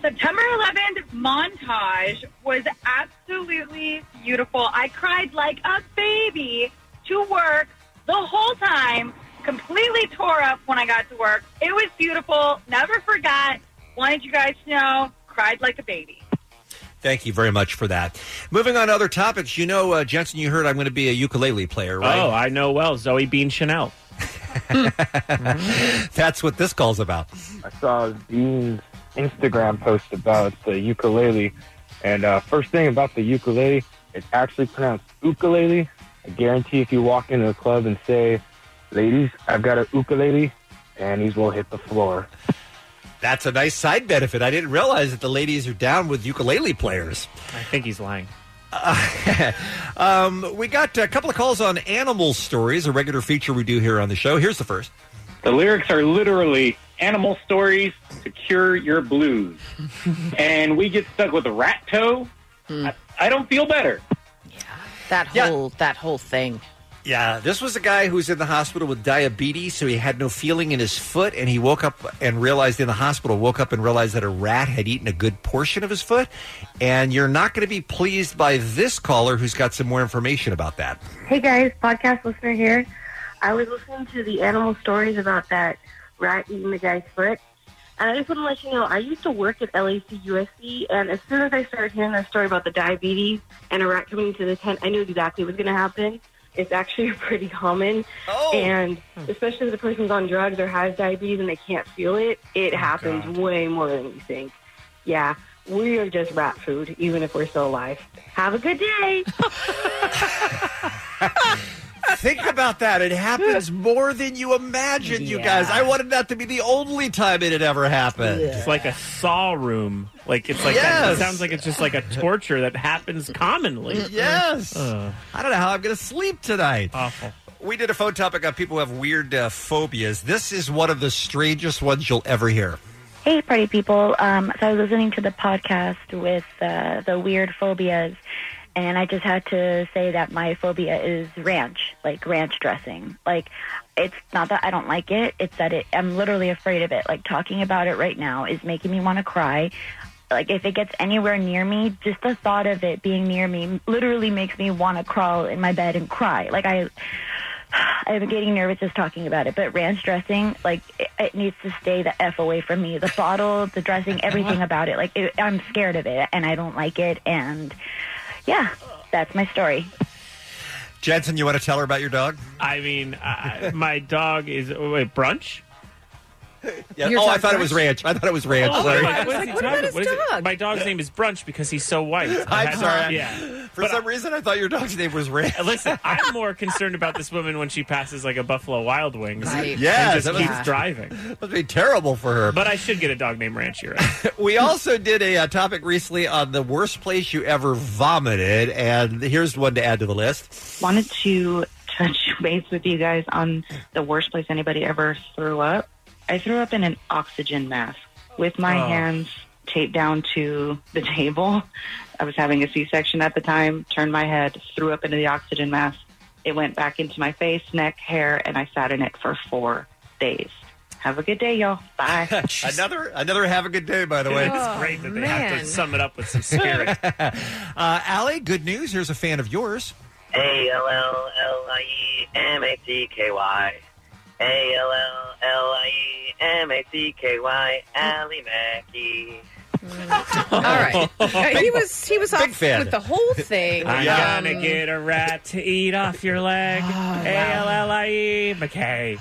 September 11th montage was absolutely beautiful. I cried like a baby to work the whole time, completely tore up when I got to work. It was beautiful, never forgot. Wanted you guys to know, cried like a baby.
Thank you very much for that. Moving on to other topics. You know, uh, Jensen, you heard I'm going to be a ukulele player, right?
Oh, I know well. Zoe Bean Chanel.
(laughs) That's what this call's about.
I saw Dean's Instagram post about the ukulele, and uh, first thing about the ukulele, it's actually pronounced ukulele. I guarantee if you walk into a club and say, "Ladies, I've got a ukulele," and these will hit the floor.
That's a nice side benefit. I didn't realize that the ladies are down with ukulele players. I
think he's lying.
(laughs) um, we got a couple of calls on animal stories, a regular feature we do here on the show. Here's the first.
The lyrics are literally animal stories to cure
(laughs)
your blues. and we get stuck with a rat toe. I, I don't feel better.
That whole that whole thing.
Yeah, this was a guy who was in the hospital with diabetes, so he had no feeling in his foot, and he woke up and realized in the hospital, woke up and realized that a rat had eaten a good portion of his foot. And you're not going to be pleased by this caller who's got some more information about that.
Hey guys, podcast listener here. I was listening to the animal stories about that rat eating the guy's foot. And I just want to let you know, I used to work at LAC USC, and as soon as I started hearing that story about the diabetes and a rat coming into the tent, I knew exactly what was going to happen. It's actually (laughs) pretty common, and especially if the person's on drugs or has diabetes and they can't feel it, it happens way more than you think. Yeah, we are just rat food, even if we're still alive. Have a good day.
Think about that. It
(laughs)
happens more than you imagine, you
Yeah.
guys. I wanted that to be the only time it had ever happened.
It's like a saw room. Like it's like that, it
Yes.
sounds like it's just like a torture that happens commonly. Uh.
Yes.
Ugh.
I don't know how I'm going to sleep tonight. Awful. We did a phone topic on people who have weird uh, phobias. This is one of the strangest ones you'll ever hear. (laughs)
Hey, party people. Um, so I was listening to the podcast with uh, the weird phobias, and I just had to say that my phobia is ranch, like ranch dressing. Like, it's not that I don't like it, it's that it, I'm literally afraid of it. Like, talking about it right now is making me want to cry. Like, if it gets anywhere near me, just the thought of it being near me literally makes me want to crawl in my bed and cry. Like, I. I'm getting nervous just talking about it, but ranch dressing, like, it, it needs to stay the F away from me. The bottle, the dressing, everything about it. Like, it, I'm scared of it and I don't like it. And yeah, that's my story.
Jensen, you want to tell her about your dog?
I mean, I, my dog is oh, wait, brunch.
Yeah.
Your
Oh, I
dog
thought it
Brunch?
was ranch. I thought it was ranch.
Oh,
Sorry.
what is he talking- what is it? My dog's name is Brunch because he's so white. I
(laughs) I'm
had-
sorry.
Yeah.
For some reason, I thought your dog's name was Ranch. (laughs)
Listen, I'm more concerned about this woman when she passes like a Buffalo Wild Wings.
Right.
and
Yes,
just
that (laughs)
keeps
must-
driving.
Must be terrible for her.
But I should get a dog named Ranch.
(laughs)
You're right.
we also did a, uh topic recently on the worst place you ever vomited, and here's one to add to the list.
Wanted to touch (laughs) base with you guys on the worst place anybody ever threw up. I threw up in an oxygen mask with my
Oh.
hands taped down to the table. I was having a C section at the time, turned my head, threw up into the oxygen mask. It went back into my face, neck, hair, and I sat in it for four days. Have a good day, y'all. Bye.
(laughs)
Oh,
another another have a good day, by the way.
it's great that they have
man.
to sum it up with some spirit.
(laughs) Uh, Allie, good news. Here's a fan of yours.
A L L L I E M A C K Y. A L L L I E M A C K Y. Allie Mackey.
All
Oh. (laughs)
right. he was he was
Big
off
fan.
with the whole thing. Um,
I'm
Yeah.
gonna get a rat to eat off your leg. A L L I E McKay.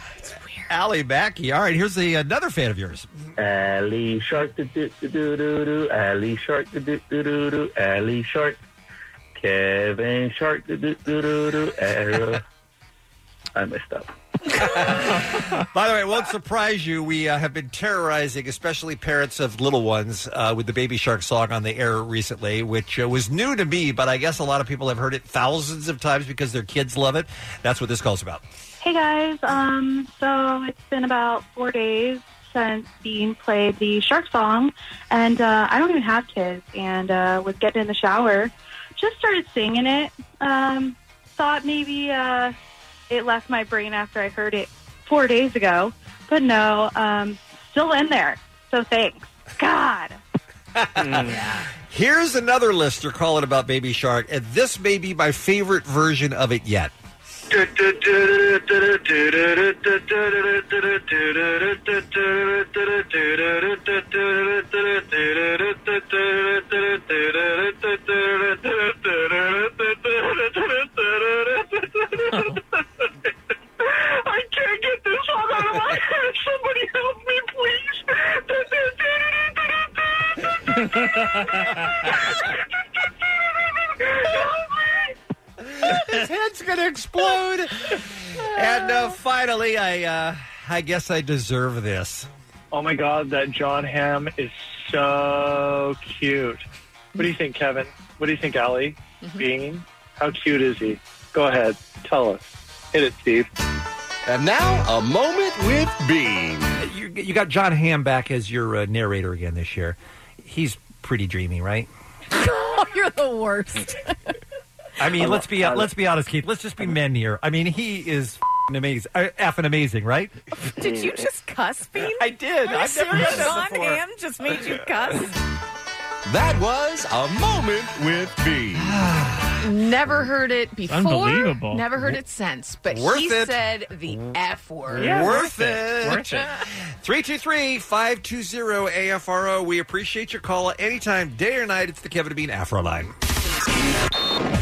Allie Mackey. All right, here's the, another fan
(laughs)
of yours.
Alley shark do do do do do do. Alley shark do do do do do. Alley shark. Kevin shark do do do do do.
(laughs)
Arrow. I messed up.
By the way, it won't surprise you. We uh, have been terrorizing, especially parents of little ones, uh, with the Baby Shark song on the air recently, which uh, was new to me, but I guess a lot of people have heard it thousands of times because their kids love it. That's what this call's about.
Hey guys, um, so it's been about four days
since Dean played the shark song, and uh, I don't even have kids, and uh, was getting in the shower, just started singing it. Um, thought maybe uh, it left my brain after I heard it four days ago, but no, um, still in there. So thanks, God.
Mm. Here's another listener calling about Baby Shark, and this may be my favorite version of it yet.
I can't get this one out of my head. Somebody help me,
(laughs)
(laughs)
(laughs)
His head's gonna explode. And uh, finally, I uh, I guess I deserve this.
Oh my God, that John Ham is so cute. What do you think, Kevin? What do you think, Allie? Bean? How cute is he? Go ahead, tell us. Hit it, Steve.
And now a moment with Bean. You, you got John Hamm back as your uh, narrator again this year. He's pretty dreamy, right?
(laughs) Oh, you're the worst.
I mean,
I
let's
love-
be uh, let's be honest, Keith. Let's just be men here. I mean, he is f***ing amazing, uh, effing amazing, right?
Did you just cuss, Bean?
(laughs) I did.
Are you
I've never
serious?
done that
John
before.
Hamm just made you cuss?
That was a moment with
(laughs)
B.
Never heard it before.
Unbelievable.
Never heard it since. But
Worth
he
it.
said the F word.
worth it. (laughs) 323 520 AFRO. We appreciate your call anytime, day or night. It's the Kevin and Bean Afro line.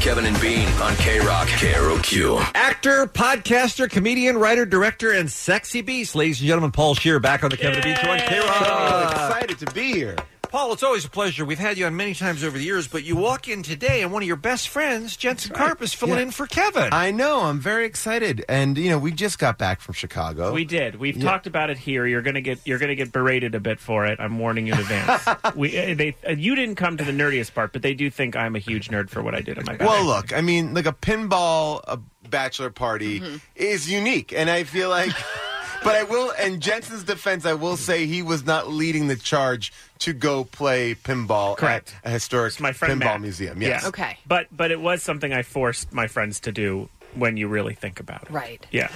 Kevin and Bean on K Rock KROQ.
Actor, podcaster, comedian, writer, director, and sexy beast, ladies and gentlemen, Paul Shear back on the Kevin and Bean Show on K Rock.
excited to be here.
Paul, it's always a pleasure. We've had you on many times over the years, but you walk in today and one of your best friends, Jensen Karp, is filling
Yeah.
in for Kevin.
I know. I'm very excited, and you know, we just got back from Chicago.
We did. We've
Yeah.
talked about it here. You're gonna get you're gonna get berated a bit for it. I'm warning you
(laughs)
in advance. we uh, they uh, you didn't come to the nerdiest part, but they do think I'm a huge nerd for what I did in my back.
Well, look, I mean, like a pinball a bachelor party
Mm-hmm.
is unique, and I feel
(laughs)
like. But I will, in Jensen's defense, I will say he was not leading the charge to go play pinball
Correct.
at a historic
my friend
pinball
Matt.
museum. Yes.
Yeah. But but it was something I forced my friends to do when you really think about it.
Right.
Yeah.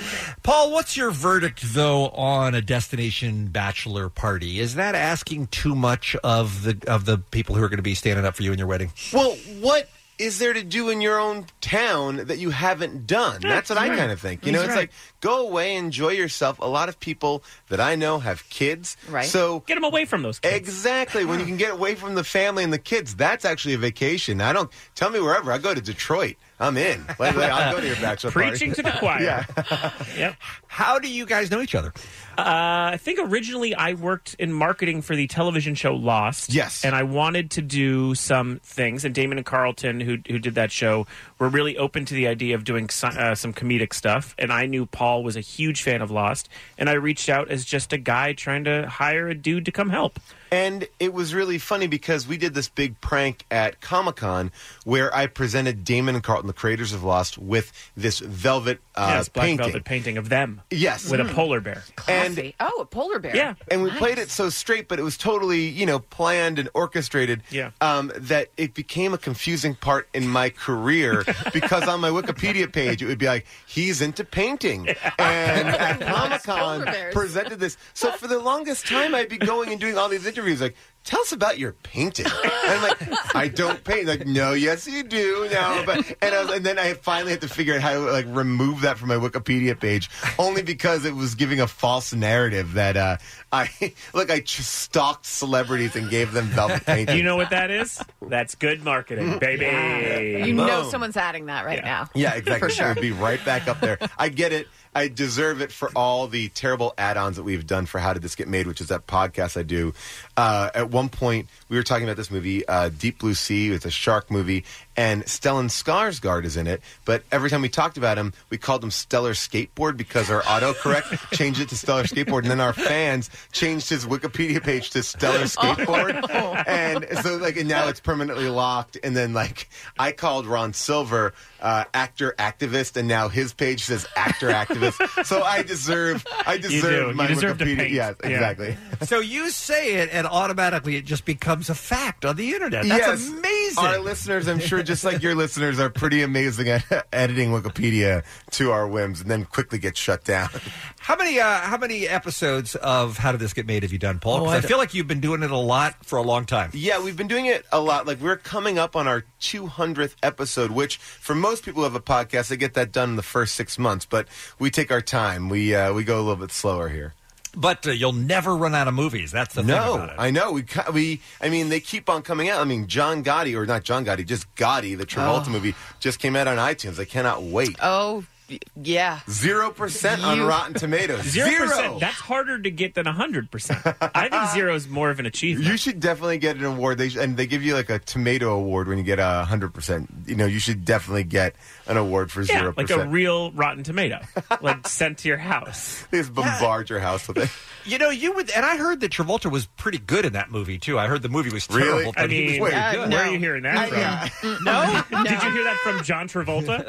Paul, what's your verdict though on a destination bachelor party? Is that asking too much of the of the people who are going to be standing up for you in your wedding?
Well, what is there to do in your own town that you haven't done? That's what I
right.
kind of think. You know,
That's
it's
right.
like go away, enjoy yourself. A lot of people that I know have kids,
Right.
So
get them away from those. kids.
Exactly. When you can get away from the family and the kids, that's actually a vacation. I don't tell me wherever. I go to Detroit. I'm in. Like, like, I'll go to your bachelor party. (laughs)
Preaching to the choir.
yeah.
(laughs) yep.
How do you guys know each other?
Uh, I think originally I worked in marketing for the television show Lost. Yes, and I wanted to do some things. And Damon and Carlton, who who did that show, were really open to the idea of doing so, uh, some comedic stuff. And I knew Paul was a huge fan of Lost, and I reached out as just a guy trying to hire a dude to come help.
And it was really funny because we did this big prank at Comic Con where I presented Damon and Carlton, the creators of Lost, with this velvet uh,
yes, black
painting.
velvet painting of them.
Yes.
with
Hmm.
a polar bear.
And
oh, a polar bear.
And we played it so straight, but it was totally, you know, planned and orchestrated
Yeah.
um, that it became a confusing part in my
(laughs)
career because on my Wikipedia page, it would be like, he's into painting. And at Comic Con presented this. So for the longest time, I'd be going and doing all these interviews like, Tell us about your painting. And I'm like, I don't paint. Like, no, yes, you do. No, but and, I was, and then I finally had to figure out how to like remove that from my Wikipedia page, only because it was giving a false narrative that uh, I (laughs) look. I ch- stalked celebrities and gave them velvet painting.
You know what that is? That's
(laughs)
good marketing, baby.
You know someone's adding that right now.
Yeah, exactly.
(laughs) For
It
sure.
would be right back up there. I get it. I deserve it for all the terrible add-ons that we've done for How Did This Get Made, which is that podcast I do. Uh, at one point, we were talking about this movie, uh, Deep Blue Sea. It's a shark movie, and Stellan Skarsgård is in it. But every time we talked about him, we called him Stellar Skateboard because our autocorrect
(laughs)
changed it to Stellar Skateboard, and then our fans changed his Wikipedia page to
Oh,
Stellar Skateboard, and so like and now it's permanently locked. And then like I called Ron Silver uh, actor activist, and now his page says actor activist. so I deserve I
You do.
deserve
You
my
deserve to
Wikipedia.
paint.
Yes,
Yeah.
exactly.
So you say it, and automatically it just becomes a fact on the internet. That's
Yes.
amazing.
Our listeners, I'm sure, just like your listeners, are pretty amazing at editing Wikipedia to our whims and then quickly get shut down.
How many uh, how many episodes of How Did This Get Made have you done, Paul? 'Cause
Oh, I
I
d-
feel like you've been doing it a lot for a long time.
Yeah, we've been doing it a lot. Like we're coming up on our 200th episode, which for most people who have a podcast, they get that done in the first six months. But we take our time. We uh, we go a little bit slower here.
But uh, you'll never run out of movies. That's the
no,
thing about it.
I know. We ca- we I mean they keep on coming out. I mean John Gotti or not John Gotti, just Gotti, the Travolta
Ah.
Oh.
movie just came out on iTunes. I cannot wait.
Oh, y- yeah.
Zero percent on
You-
Rotten Tomatoes.
Zero
Zero.
percent. That's harder to get than hundred percent. I
(laughs)
think zero is more of an achievement.
You should definitely get an award. They sh- and they give you like a tomato award when you get a hundred percent. You know, you should definitely get an award for
Yeah,
zero
like a
percent.
real rotten tomato,
(laughs)
like sent to your house.
They just bombard your house with it.
You know, you would, and I heard that Travolta was pretty good in that movie too. I heard the movie was terrible,
Really?
but
I
he was
mean,
pretty
uh,
good.
where are you hearing that
(laughs)
from?
No?
Did you hear that from John Travolta?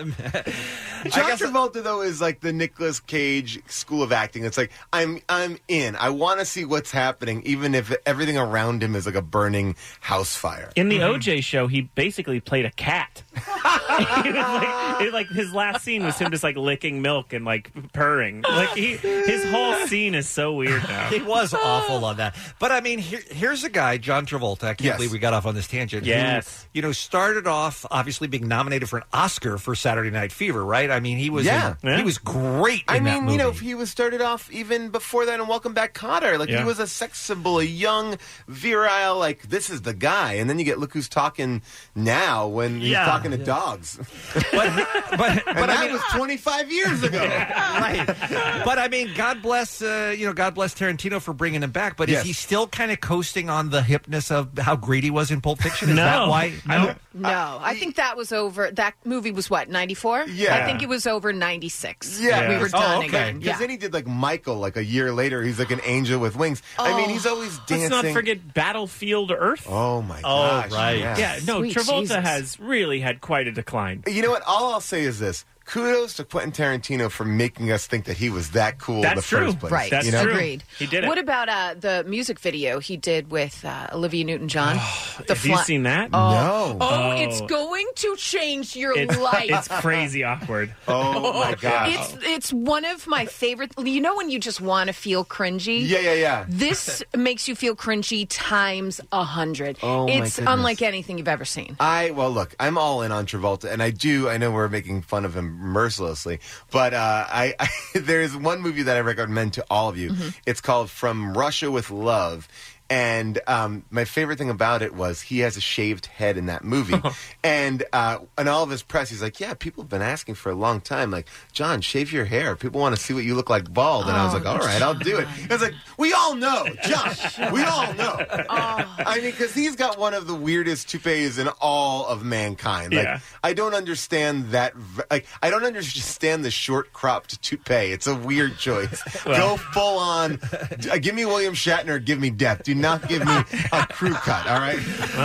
John Travolta though is like the Nicolas Cage school of acting. It's like I'm I'm in. I want to see what's happening, even if everything around him is like a burning house fire.
In the OJ show, he basically played a cat. (laughs) it was like, it, like his last scene was him just like licking milk and like purring. Like he, his whole scene is so weird now.
(laughs) He was awful on that. But I mean, here, here's a guy, John Travolta. I can't
Yes.
believe we got off on this tangent. who,
Yes.
you know, started off obviously being nominated for an Oscar for Saturday Night Fever, right? I mean, he was
Yeah.
in- he was great. In
I
that
mean, you know,
movie.
if he was started off even before that in Welcome Back, Cotter. Like
Yeah.
he was a sex symbol, a young, virile. Like this is the guy, and then you get look who's talking now when he's
Yeah.
talking to
Yeah.
dogs.
but
(laughs) and that was 25 years ago.
(laughs) but I mean, God bless uh, you know, God bless Tarantino for bringing him back. But
Yes.
is he still kind of coasting on the hipness of how great he was in Pulp Fiction? Is that
No.
why?
No.
No, Oh, I think that was over. That movie was what ninety four.
Yeah.
I think it was over ninety six.
Yeah,
we were done
oh, okay.
again.
Because then he did like Michael, like a year later. He's like an angel with wings. I mean,
Oh.
he's always
Let's
dancing.
not forget Battlefield Earth.
Oh my
Oh,
gosh!
right.
yes.
Yeah, no, Travolta has really had quite a decline.
You know what? All I'll say is this. Kudos to Quentin Tarantino for making us think that he was that cool in the
That's true.
first place.
Right.
you know?
Agreed. What about uh, the music video he did with uh, Olivia Newton John? the
have you
fly-
seen that?
Oh,
No.
Oh,
Oh.
it's going to change your
It's,
life.
it's crazy
(laughs)
awkward.
Oh
Oh It's it's one of my favorite. You know when you just want to feel cringy?
Yeah, yeah, yeah.
This
(laughs)
makes you feel cringy times a hundred.
Oh, my
it's
goodness.
unlike anything you've ever seen.
I well, look, I'm all in on Travolta, and I do. I know we're making fun of him mercilessly, but uh, I, (laughs) I there is one movie that I recommend to all of you.
Mhm.
It's called From Russia with Love. And um, my favorite thing about it was he has a shaved head in that
(laughs)
movie, and uh, in all of his press, he's like, "Yeah, people have been asking for a long time, like John, shave your hair. People want to see what you look like bald." And I was
Oh,
like, "All
that's
right, I'll do it." I was like, "We all know, John. we all know." I mean, because he's got one of the weirdest toupees in all of mankind. Like,
Yeah.
I don't understand that. v- Like, I don't understand the short cropped toupee. It's a weird choice.
(laughs)
Go
Well.
full on. d- uh, give me William Shatner. Give me death. Do not give me a crew cut. All right,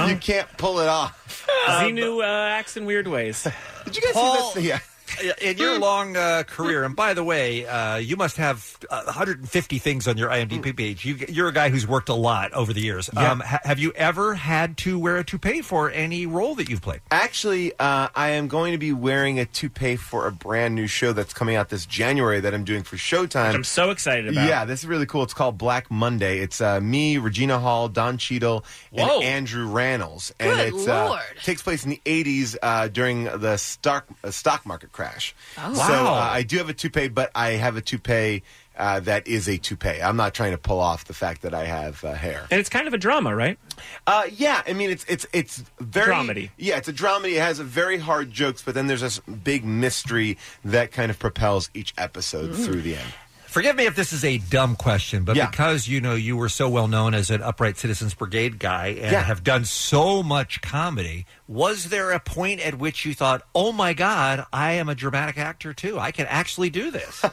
you can't pull it off. Um,
Xenu uh, acts in weird ways.
Did you guys
Paul- uh,
see that? Hmm.
in your long uh, career, and by the way, uh, you must have uh, 150 things on your IMDb page. You, you're a guy who's worked a lot over the years.
Hmm. Yeah.
Um, ha- have you ever had to wear a toupee for any role that you've played?
Actually, uh, I am going to be wearing a toupee for a brand new show that's coming out this January that I'm doing for Showtime.
I'm so excited about.
Yeah, this is really cool. It's called Black Monday. It's uh, me, Regina Hall, Don Cheadle,
Whoa.
and Andrew Rannells. and
Good
it's uh,
Lord.
takes place in the 80s uh, during the stock uh, stock market crash.
Oh.
So uh,
Wow.
I do have a toupee, but I have a toupee uh, that is a toupee. I'm not trying to pull off the fact that I have uh, hair.
And it's kind of a drama, right?
Uh, yeah, I mean it's it's it's very
Dramedy.
Yeah, it's a dramedy. It has a very hard jokes, but then there's this big mystery that kind of propels each episode
Mm.
through the end.
Forgive me if this is a dumb question, but because you know you were so well known as an upright citizens brigade guy and
Yeah.
have done so much comedy, was there a point at which you thought, "Oh my God, I am a dramatic actor too. I can actually
(laughs)
do this"?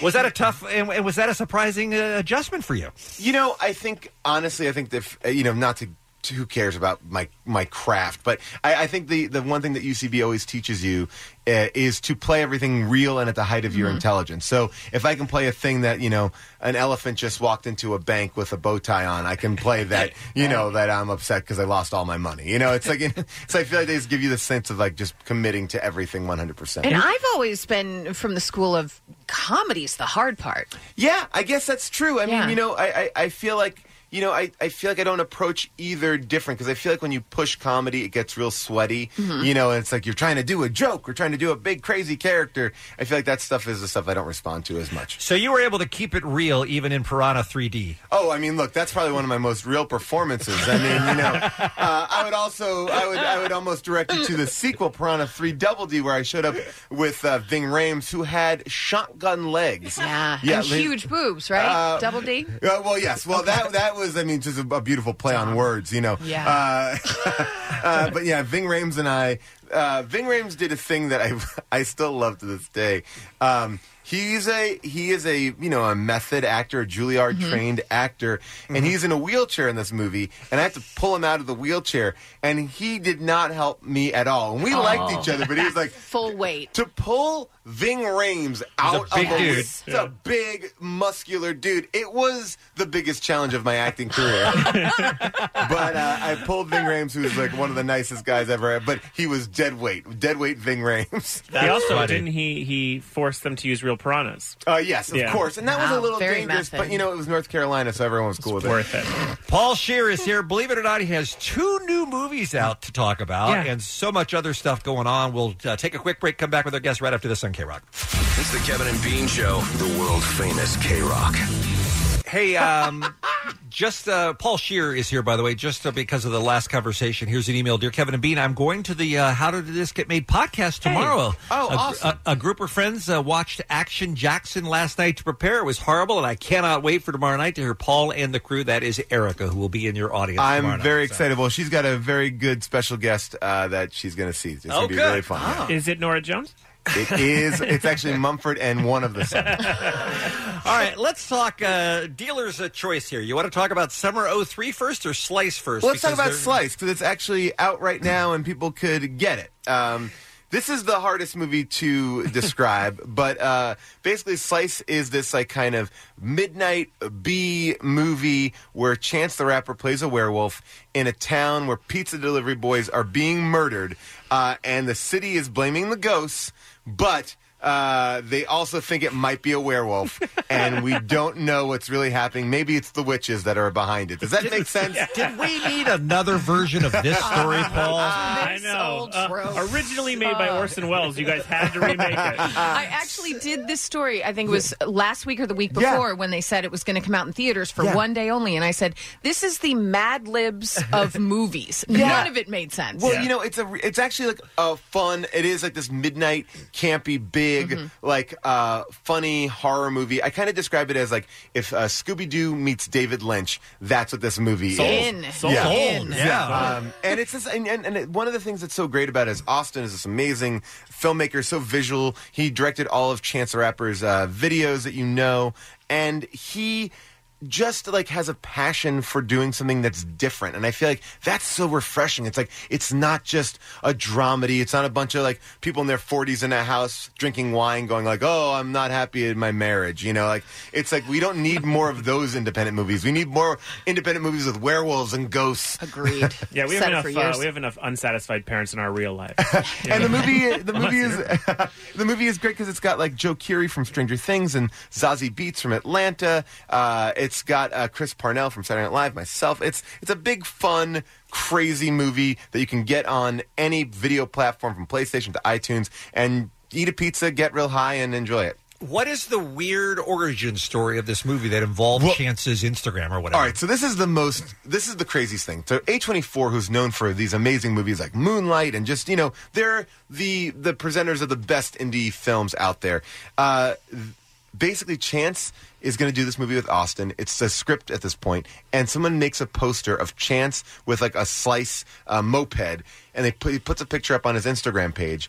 was that a tough and, and was that a surprising uh, adjustment for you?
You know, I think honestly, I think that if- uh, you know, not to, to who cares about my my craft, but I, I think the the one thing that UCB always teaches you uh, is to play everything real and at the height of your
Mhm.
intelligence. So if I can play a thing that you know, an elephant just walked into a bank with a bow tie on, I can play that you know that I'm upset because I lost all my money. You know, it's like (laughs) it's like I feel like they just give you the sense of like just committing to everything 100. percent
And I've always been from the school of comedy's the hard
(laughs)
part.
Yeah, I guess that's true. I
Yeah.
mean, you know, I, I, I feel like you know, I, I feel like I don't approach either different because I feel like when you push comedy, it gets real sweaty.
Mhm.
You know, and it's like you're trying to do a joke or trying to do a big crazy character. I feel like that stuff is the stuff I don't respond to as much.
So you were able to keep it real even in Piranha 3D.
Oh, I mean, look, that's probably one of my most real performances. I mean, you know, uh, I would also, I would, I would almost direct you to the sequel, Piranha Three Double D, where I showed up with uh, Ving Rhames, who had shotgun legs.
Yeah, and
Lin-
huge boobs, right?
Uh,
Double D.
Uh, well, yes. Well, that that was, I mean, just a, a beautiful play on words, you know.
Yeah.
Uh, (laughs) uh, but yeah, Ving Rhames and I. Uh, Ving Rhames did a thing that I (laughs) I still love to this day. Um, he's a he is a you know a method actor, a Juilliard
Mm-hmm.
trained actor, and he's in a wheelchair in this movie, and I have to pull him out of the wheelchair, and he did not help me at all. And we liked
Oh.
each other, but he was like,
Full weight.
to pull Ving Rhames out
big
of a,
dude.
It's a big muscular dude. It was the biggest challenge of my acting
(laughs)
career. but uh, I pulled Ving Rhames, who's like one of the nicest guys ever. But he was dead weight, dead weight Ving Rhames.
he also didn't he he forced them to use real piranhas.
Uh, yes, of course, and that was a little dangerous. But you know, it was North Carolina, so everyone was cool with
worth
it.
(laughs) Paul Shear is here. Believe it or not, he has two new movies out to talk about
Yeah.
and so much other stuff going on. We'll uh, take a quick break, come back with our guest right after this on K Rock.
It's the Kevin and Bean Show, the world famous K Rock.
Hey, um, just uh, Paul Shear is here, by the way, just uh, because of the last conversation. Here's an email Dear Kevin and Bean, I'm going to the uh, How Did This Get Made podcast tomorrow.
Oh,
a, gr-
awesome.
A, a group of friends uh, watched Action Jackson last night to prepare. It was horrible, and I cannot wait for tomorrow night to hear Paul and the crew. That is Erica, who will be in your audience tomorrow
I'm
night.
very excited. Well, she's got a very good special guest uh, that she's going to see. It's going
Oh,
to be
good.
really fun.
Ah. Is it
(laughs)
Nora Jones?
It is. It's actually Mumford and one of the sons.
(laughs) All right, let's talk uh, dealer's a choice here. You want to talk about Summer 03 first or Slice first?
Well, let's talk
Because
about
they're-
Slice because it's actually out right now and people could get it. Um, this is the hardest movie
(laughs)
to describe, but uh, basically, Slice is this like kind of midnight B movie where Chance the Rapper plays a werewolf in a town where pizza delivery boys are being murdered, uh, and the city is blaming the ghosts, but. Uh, they also think it might be a werewolf, and
(laughs)
we don't know what's really happening. Maybe it's the witches that are behind it. Does that make sense? (laughs)
Did we need another version of this story,
Uh,
Paul?
I know. Uh, originally made by Orson Welles, you guys had to remake it.
(laughs) I actually did this story. I think it was last week or the week before when they said it was going to come out in theaters for
Yeah.
one day only, and I said this is the Mad Libs of movies.
Yeah.
None of it made sense.
Well, you know, it's a re- it's actually like a fun. It is like this midnight campy, big, like uh, funny horror movie. I kind of describe it as like if uh, Scooby Doo meets David Lynch. That's what this movie
Sold.
is.
In. Sold. In. Yeah.
Um, and it's this, and, and, and it- one of the things that's so great about it is Austin is this amazing filmmaker, so visual. He directed all of Chance the Rapper's uh, videos that you know, and he just like has a passion for doing something that's different and i feel like that's so refreshing it's like it's not just a dramedy it's not a bunch of like people in their 40s in a house drinking wine going like oh i'm not happy in my marriage you know like it's like we don't need more of those independent movies we need more independent movies with werewolves and ghosts
agreed
(laughs) Yeah, we have enough. Uh, we have enough unsatisfied parents in our real life.
(laughs) and the movie,
(laughs)
the movie is, (laughs) the movie is great because it's got like Joe Keery from Stranger Things and Zazie Beats from Atlanta. Uh, it's got uh, Chris Parnell from Saturday Night Live. Myself, it's it's a big fun. Crazy movie that you can get on any video platform from PlayStation to iTunes and eat a pizza, get real high, and enjoy it.
What is the weird origin story of this movie that involved Chance's Instagram or whatever?
All right, so this is the most, this is the craziest thing. So A24, who's known for these amazing movies like Moonlight and just, you know, they're the the presenters of the best indie films out there. Uh, th- basically Chance is going to do this movie with Austin. It's a script at this point, and someone makes a poster of Chance with like a slice uh, moped, and they put, he puts a picture up on his Instagram page.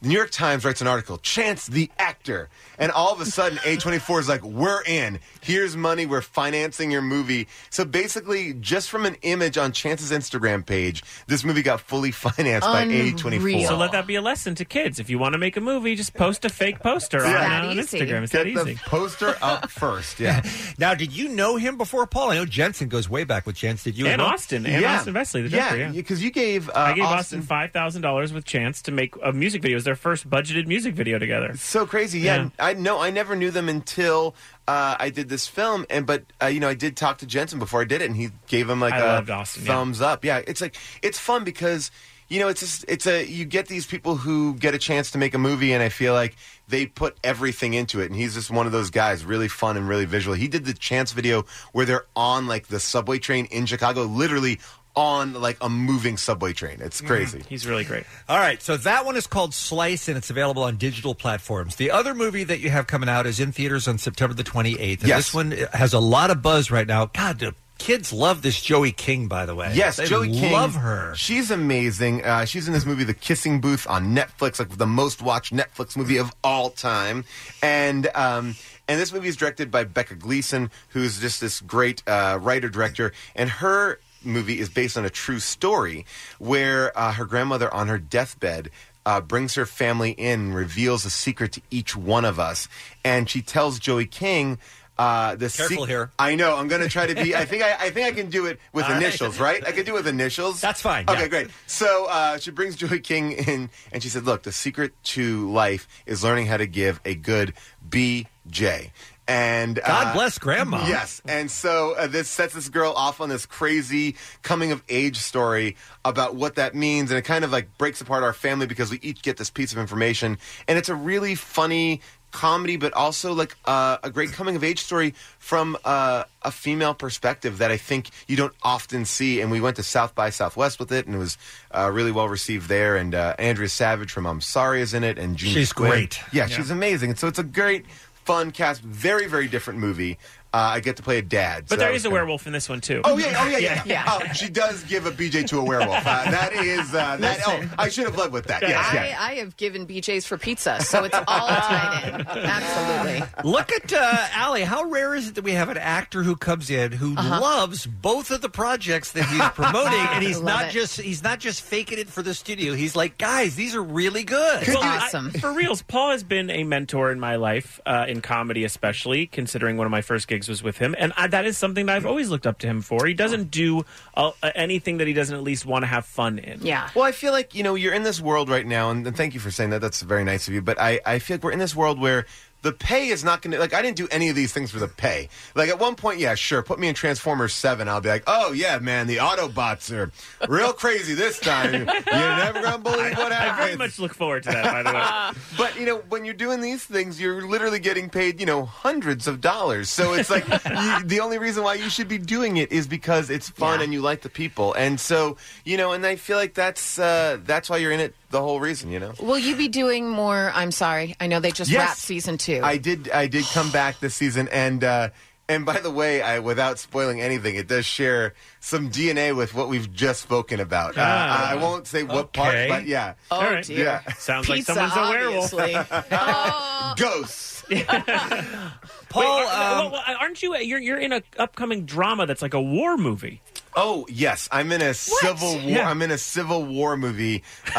The New York Times writes an article, Chance the Actor. And all of a sudden, A24 is like, we're in. Here's money. We're financing your movie. So basically, just from an image on Chance's Instagram page, this movie got fully (laughs) financed by A24.
So let that be a lesson to kids. If you want to make a movie, just post a fake poster on, uh,
Yeah.
on
That easy.
Instagram. It's
Get
that
the
easy.
poster up first,
yeah. (laughs) now, did you know him before Paul? I know Jensen goes way back with Jensen. Did you? as
and
well?
Austin, and Austin Vesley, the director. Yeah,
because you gave uh,
I gave Austin,
Austin-
five thousand dollars with Chance to make a music video. It was their first budgeted music video together.
So crazy. Yeah,
Yeah.
I know. I never knew them until uh, I did this film, and but uh, you know, I did talk to Jensen before I did it, and he gave him like
I
a
loved Austin, yeah.
thumbs up. Yeah, it's like it's fun because you know it's just, it's a you get these people who get a chance to make a movie, and I feel like they put everything into it, and he's just one of those guys, really fun and really visual. He did the Chance video where they're on like the subway train in Chicago, literally on like a moving subway train. It's crazy.
Mm-hmm. He's really great.
All right, so that one is called Slice, and it's available on digital platforms. The other movie that you have coming out is in theaters on September the 28th. And
Yes.
This one has a lot of buzz right now. God, the kids love this Joey King, by the way.
Yes,
they
Joey King.
love her.
She's amazing. Uh, she's in this movie, The Kissing Booth, on Netflix, like the most watched Netflix movie of all time. And um, and this movie is directed by Becca Gleason, who's just this great uh, writer director. And her movie is based on a true story where uh, her grandmother, on her deathbed, uh, brings her family in, reveals a secret to each one of us, and she tells Joey King. Uh, the
Careful here.
I know. I'm going to try to
(laughs)
be. I think. I, I think I can do it with
All right.
initials, right? I could do it with initials. That's
fine.
Okay,
yeah.
great. So uh, she brings Joy King in, and she said, "Look, the secret to life is learning how to give a good BJ." And uh,
God bless Grandma.
Yes, and so uh, this sets this girl off on this crazy coming of age story about what that means, and it kind of like breaks apart our family because we each get this piece of information, and it's a really funny comedy, but also like uh, a great coming of age story from uh, a female perspective that I think you don't often see. And we went to South by Southwest with it, and it was uh, really well received there. And uh, Andrea Savage from I'm Sorry is in it, and Gene
She's
Squibb.
great.
Yeah,
Yeah.
she's amazing. And so it's a great, fun cast. Very, very different movie. Uh, I get to play a dad, so
But there
that
is
was
a
kinda-
werewolf in this one too.
Oh yeah! Oh yeah!
(laughs)
(laughs)
Yeah! yeah. Oh, she does give a BJ to a werewolf. Uh, that is uh, that. Oh, I should have led with that. Yes, yeah.
I, I have given BJ's for pizza, so it's (laughs) all tied in. Absolutely.
Look at uh, Allie. How rare is it that we have an actor who comes in who
Uh-huh.
loves both of the projects that he's promoting, and he's
(laughs) Love
not
it.
just he's not just faking it for the studio. He's like, guys, these are really good.
Well, I-
Oh.
(laughs) for reals, Paul has been a mentor in my life, uh, in comedy especially, considering one of my first gigs was with him. And I, that is something that I've always looked up to him for. He doesn't do uh, anything that he doesn't at least want to have fun in.
Yeah.
Well, I feel like, you know, you're in this world right now, and, and thank you for saying that. That's very nice of you. But I, I feel like we're in this world where the pay is not going to, like, I didn't do any of these things for the pay. Like, at one point, yeah, sure, put me in Transformers 7. I'll be like, oh, yeah, man, the Autobots are real crazy this
(laughs)
time. You're never going to believe what
I
happened.
very much look forward to that, by the way.
(laughs) but you know, when you're doing these things, you're literally getting paid, you know, hundreds of dollars. So it's
(laughs)
like you, the only reason why you should be doing it is because it's fun and you like the people. And so you know, and I feel like that's uh, that's why you're in it the whole reason. You know.
Will you be doing more? I'm sorry. I know they just
Yes. Uh,
wrapped season two.
I did. I did come back this season, and uh, and by the way, I without spoiling anything, it does share some DNA with what we've just spoken about. Uh,
Ah.
I won't say what part,
Okay.
but yeah.
Oh, All right. dear. Sounds like Pizza, someone's a werewolf. (laughs) obviously. (laughs)
Ghosts.
uh, Paul, uh,
um,
aren't you? You're you're in an upcoming drama that's like a war movie.
Oh yes, I'm in a civil war.
Yeah.
I'm in a civil war movie. Uh,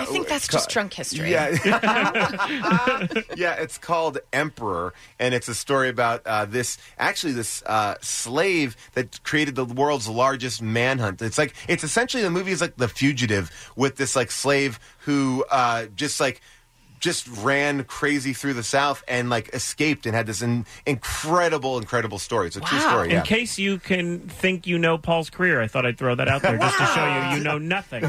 I
think that's just drunk history.
uh,
(laughs)
Yeah, (laughs) yeah. It's called Emperor, and it's a story about uh, this actually this uh, slave that created the world's largest manhunt. It's like it's essentially the movie is like The Fugitive with this like slave who uh, just like just ran crazy through the South and like escaped and had this in- incredible, incredible story. It's a true story.
In
Yeah.
case you can think you know Paul's career, I thought I'd throw that out there just to show you you know nothing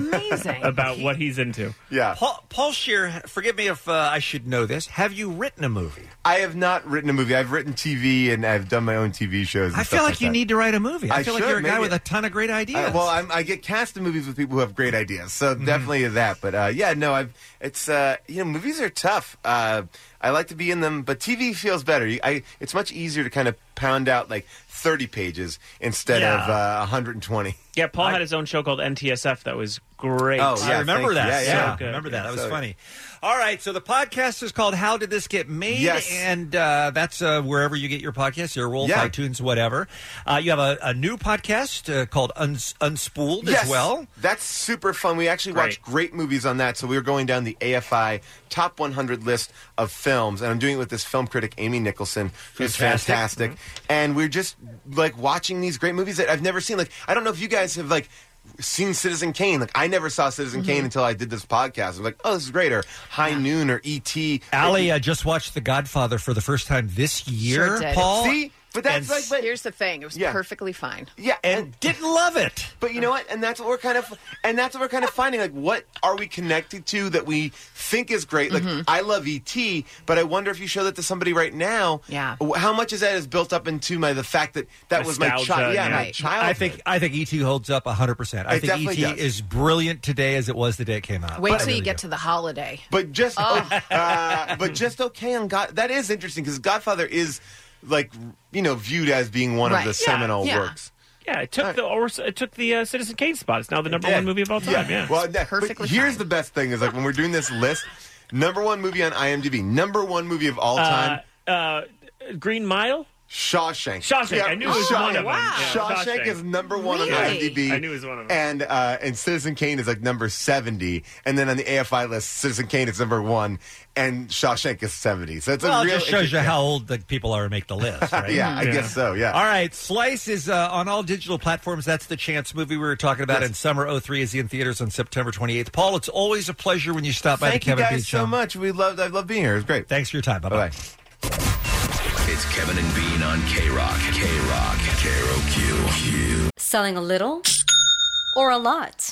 about what he's into.
Yeah.
Paul, Paul Shear, forgive me if uh, I should know this. Have you written a movie?
I have not written a movie. I've written TV and I've done my own TV shows. and
I feel
stuff
like you
that.
need to write a movie. I,
I
feel like
should,
you're a guy
maybe.
with a ton of great ideas. Mm-hmm.
I- well, I'm, I get cast in movies with people who have great ideas, so definitely that. But uh, yeah, no, I've it's uh, you know movies are tough. Uh, I like to be in them, but TV feels better. You- I, it's much easier to kind of pound out like 30 pages instead of
Yeah.
uh, 120.
Yeah, Paul had his own show called NTSF that was great.
Oh, yeah,
I remember that.
thank you.
Yeah,
Yeah, yeah.
good.
remember that. That was
So-
funny. All right, so the podcast is called "How Did This Get Made?"
Yes.
and uh, that's uh, wherever you get your podcast, your Wolf,
Yeah.
iTunes, whatever. Uh, you have a, a new podcast uh, called Uns- Unspooled
yes,
as well.
That's super fun. We actually watched great movies on that. So we were going down the AFI top 100 list of films, and I'm doing it with this film critic Amy Nicholson, who's
Fantastic. Mm-hmm.
fantastic. And we're just like watching these great movies that I've never seen. Like I don't know if you guys have like. Seen Citizen Kane. Like, I never saw Citizen
Mm-hmm.
Kane until I did this podcast. I'm like, oh, this is great. Or High Noon or E E.T.
Allie, I just watched The Godfather for the first time this year.
Sure
(laughs)
did.
Paul, And
here's the thing. It was
Yeah.
perfectly fine.
Yeah, and,
didn't love it.
But you know what? And that's what we're kind of and that's what we're kind of finding. Like, what are we connected to that we think is great? Like, I love ET, but I wonder if you show that to somebody right now.
Yeah.
wh- How much is that is built up into my the fact that that was my child?
Nostalgia,
Yeah, my
yeah.
child.
I think I think ET holds up 100. percent I
It
think
definitely
ET
does.
is brilliant today as it was the day it came out.
Wait
I
till
really
you
do.
get to the holiday.
But just
Oh.
uh, but just okay on God. That is interesting because Godfather is like you know viewed as being one of the seminal works.
Yeah, it took the or, it took the uh, Citizen Kane spot. It's now the number
Yeah.
one movie of all time. Yeah,
Well, that, perfectly. Here's the best thing is like when we're doing this list, number one movie on IMDb, number one movie of all time.
Uh, uh, Green Mile.
Shawshank.
Shawshank. I knew it was
Shawshank.
one of them. Yeah,
Shawshank, is number one on
Really?
IMDb.
I knew it was one of them.
And uh, and Citizen Kane is like number seventy, and then on the AFI list, Citizen Kane is number one, and Shawshank is seventy. So it's
well,
a real
it just shows you
yeah.
how old the people are to make
(laughs)
the list, right?
Yeah, I guess so, yeah.
All right, Slice is uh, on all digital platforms. That's the Chance movie we were talking about,
Yes.
and Summer 03 is in theaters on September 28th. Paul, it's always a pleasure when you stop by the
Thank you
Kevin
guys
Beach
so
Show.
much. We loved. I love being here. It was great.
Thanks for your time. Bye bye.
It's Kevin and Bean on K Rock. K Rock. K R O Q.
Selling a little or a lot?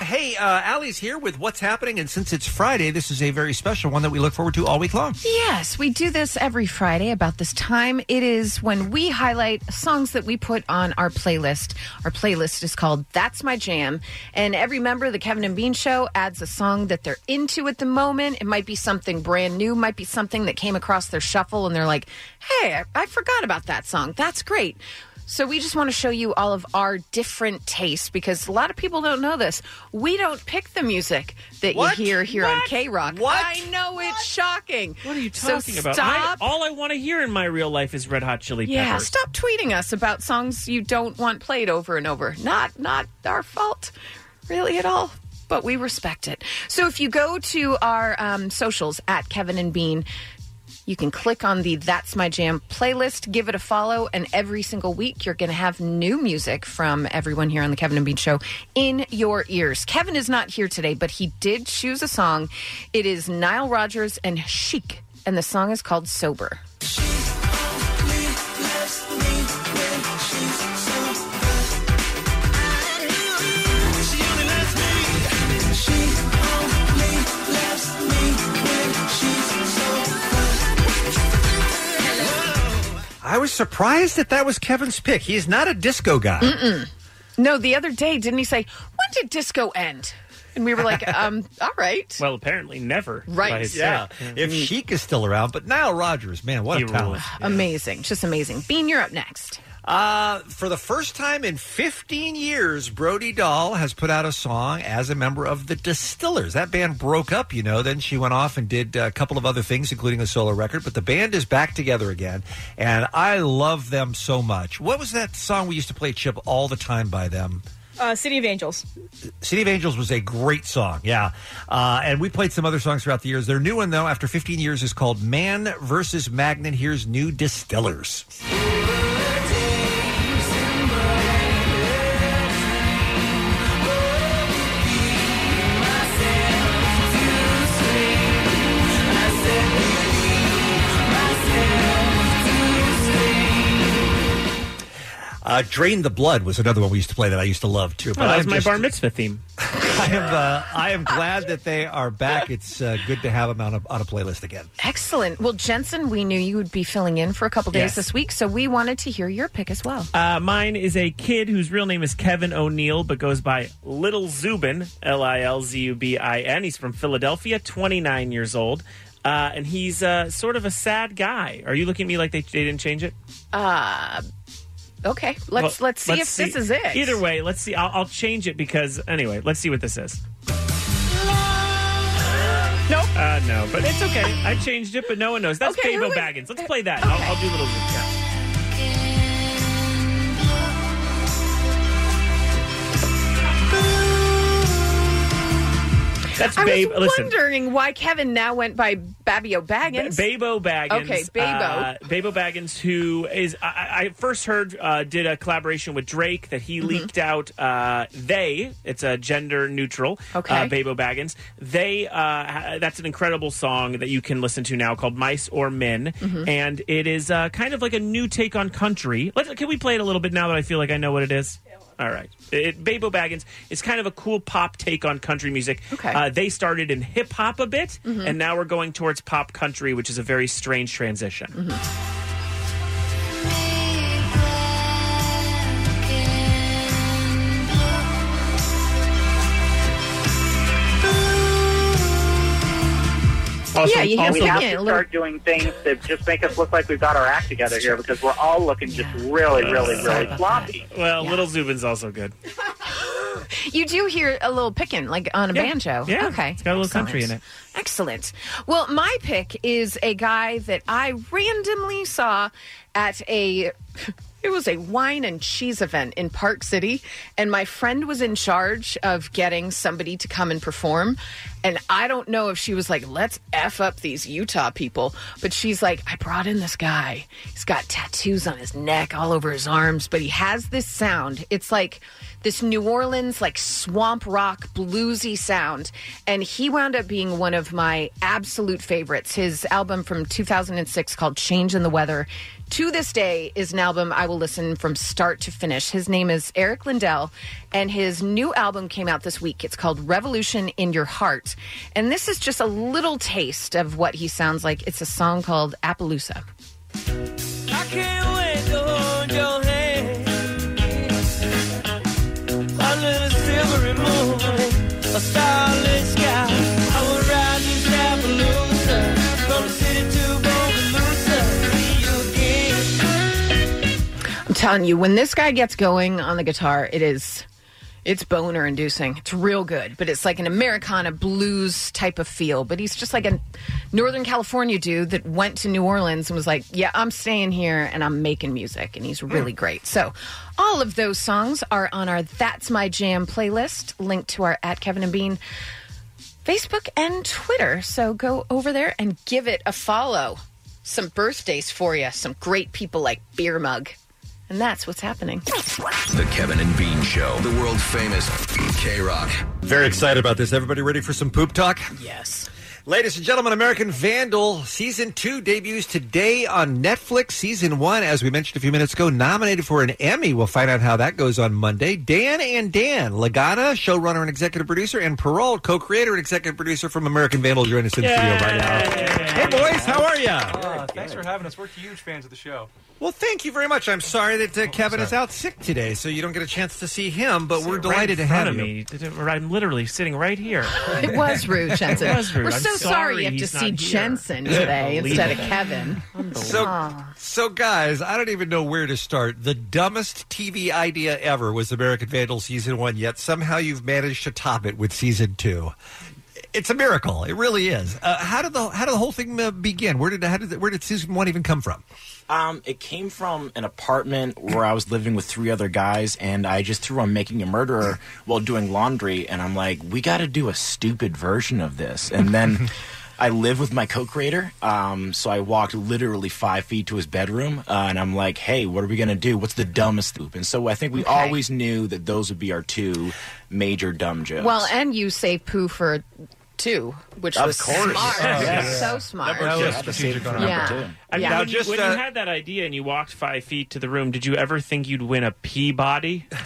Hey, uh, Allie's here with What's Happening, and since it's Friday, this is a very special one that we look forward to all week long.
Yes, we do this every Friday about this time. It is when we highlight songs that we put on our playlist. Our playlist is called That's My Jam. And every member of the Kevin and Bean Show adds a song that they're into at the moment. It might be something brand new, might be something that came across their shuffle, and they're like, hey, I, I forgot about that song. That's great. So we just want to show you all of our different tastes because a lot of people don't know this. We don't pick the music that
What?
you hear here on
What?
K Rock.
What?
I know it's shocking. What are you
talking
so
about? I-
Stop.
all I want to hear in my real life is Red Hot Chili
yeah,
Peppers.
stop tweeting us about songs you don't want played over and over. Not not our fault, really at all. But we respect it. So if you go to our um, socials at Kevin and Bean, you can click on the That's My Jam playlist, give it a follow, and every single week you're going to have new music from everyone here on the Kevin and Bean Show in your ears. Kevin is not here today, but he did choose a song. It is Nile Rodgers and Chic, and the song is called Sober.
I was surprised that that was Kevin's pick. He's not a disco guy.
Mm.
Mm-mm. No, the other day, didn't he say, when did disco end? And we
(laughs)
were like, um, all right.
Well, apparently never.
Right.
by his Yeah. side. If
Mm-hmm.
Chic is still around, but now Rogers, man, what a talent.
Amazing. Just amazing. Bean, you're up next.
Uh, for the first time in 15 years, Brody Dahl has put out a song as a member of the Distillers. That band broke up, you know. Then she went off and did a couple of other things, including a solo record. But the band is back together again, and I love them so much. What was that song we used to play, Chip, all the time by them?
Uh, City of Angels.
City of Angels was a great song, yeah. Uh, and we played some other songs throughout the years. Their new one, though, after 15 years, is called Man versus Magnet. Here's New Distillers. Uh, Drain the Blood was another one we used to play that I used to love too.
Oh, that
I'm
was my
just-
bar mitzvah theme.
I am. Uh, I am glad that they are back. It's uh, good to have them on a, on a playlist again.
Excellent. Well, Jensen, we knew you would be filling in for a couple days
Yes.
this week, so we wanted to hear your pick as well.
Uh, mine is a kid whose real name is Kevin O'Neill, but goes by Little Zubin, L I L Z U B I N. He's from Philadelphia, 29 years old. Uh, and he's uh, sort of a sad guy. Are you looking at me like they, they didn't change it?
Uh, okay, let's
Well,
let's see if this is it.
Either way, let's see. I'll, I'll change it because, anyway, let's see what this is.
Nope.
Uh, no, but it's okay. I changed it, but no one knows. That's
Okay,
Babo
who is-
Baggins. Let's play that. I'll, I'll do Little Zubin. Yeah. That's
I
Babe.
was
Listen,
wondering why Kevin now went by Babio Baggins.
Ba- Babo Baggins.
Okay, Babo.
Uh, Babo Baggins, who is I- I, I first heard uh, did a collaboration with Drake that
Mm-hmm.
he leaked out. Uh, they it's a gender neutral.
Okay.
uh, Babo Baggins. They uh, ha- that's an incredible song that you can listen to now called "Mice or Men,"
Mhm.
and it is uh, kind of like a new take on country. Let, can we play it a little bit now that I feel like I know what it is? All right, it, Babo Baggins is kind of a cool pop take on country music.
Okay.
Uh, they started in hip hop a bit,
Mm-hmm.
Mhm.
and now we're going towards pop country, which is a very strange transition.
Mm-hmm.
yeah, you hear
we
me
have
again,
to
a little-
start doing things that just make us look like we've got our act together here because we're all looking just really, really, really floppy.
Well, Little Zubin's also good.
You do hear a little picking, like on a
Uh, Yeah.
banjo.
Yeah.
Okay.
It's got a little
Excellent.
country in it.
Excellent. Well, my pick is a guy that I randomly saw at a. (laughs) It was a wine and cheese event in Park City, and my friend was in charge of getting somebody to come and perform. And I don't know if she was like, let's F up these Utah people, but she's like, I brought in this guy. He's got tattoos on his neck, all over his arms, but he has this sound. It's like this New Orleans, like swamp rock, bluesy sound. And he wound up being one of my absolute favorites. His album from 2006 called Change in the Weather, to this day, is an album I will listen from start to finish. His name is Eric Lindell, and his new album came out this week. It's called Revolution in Your Heart. And this is just a little taste of what he sounds like. It's a song called Appaloosa.
I can't wait to hold your hand under the silvery moon, a starlit sky. I will ride this Appaloosa from the city to Bogalusa. See you again.
I'm telling you, when this guy gets going on the guitar, it is it's boner inducing. It's real good, but it's like an Americana blues type of feel. But he's just like a Northern California dude that went to New Orleans and was like, "Yeah, I'm staying here and I'm making music." And he's really
Mm.
great. So, all of those songs are on our "That's My Jam" playlist, linked to our at Kevin and Bean Facebook and Twitter. So go over there and give it a follow. Some birthdays for you, some great people like Beer Mug. And that's what's happening.
The Kevin and Bean Show, the world famous K Rock.
Very excited about this. Everybody ready for some poop talk?
Yes.
Ladies and gentlemen, American Vandal season two debuses today on Netflix. Season one, as we mentioned a few minutes ago, nominated for an Emmy. We'll find out how that goes on Monday. Dan and Dan, Lagana, showrunner and executive producer, and Parole, co creator and executive producer from American Vandal, join us in studio right now. Hey, boys, how are you?
Ah, thanks for having us. We're huge fans of the show.
Well, thank you very much. I'm sorry
Oh,
that uh, Kevin is
sorry.
out sick today, so you don't get a chance to see him, but
Sit
we're
right
delighted
in
to
front
have
of
you.
me. I'm literally sitting right here.
(laughs)
(laughs)
It was rude, Jensen.
It was rude.
We're
I'm
so sorry, you have to
he's
see
not here.
Jensen today instead of Kevin.
So, so guys, I don't even know where to start. The dumbest TV idea ever was American Vandal season one, yet somehow you've managed to top it with season two. It's a miracle. It really is. Uh, how did the how did the whole thing uh, begin? Where did how did where did season one even come from?
Um, it came from an apartment where I was living with three other guys, and I just threw on making a murderer while doing laundry, and I'm like, we got to do a stupid version of this, and then. I live with my co-creator, um, so I walked literally five feet to his bedroom, uh, and I'm like, "Hey, what are we gonna do? What's the dumbest loop?" And so I think we always knew that those would be our two major dumb jokes.
Well, and you say poo for two, which
Of
was
course.
smart.
Oh, yeah.
So smart.
That was Yeah, just that's strategic strategic on our part. Yeah.
I mean,
Yeah.
when,
Now,
you-
just,
when
uh,
you had that idea and you walked five feet to the room, did you ever think you'd win a Peabody?
(laughs)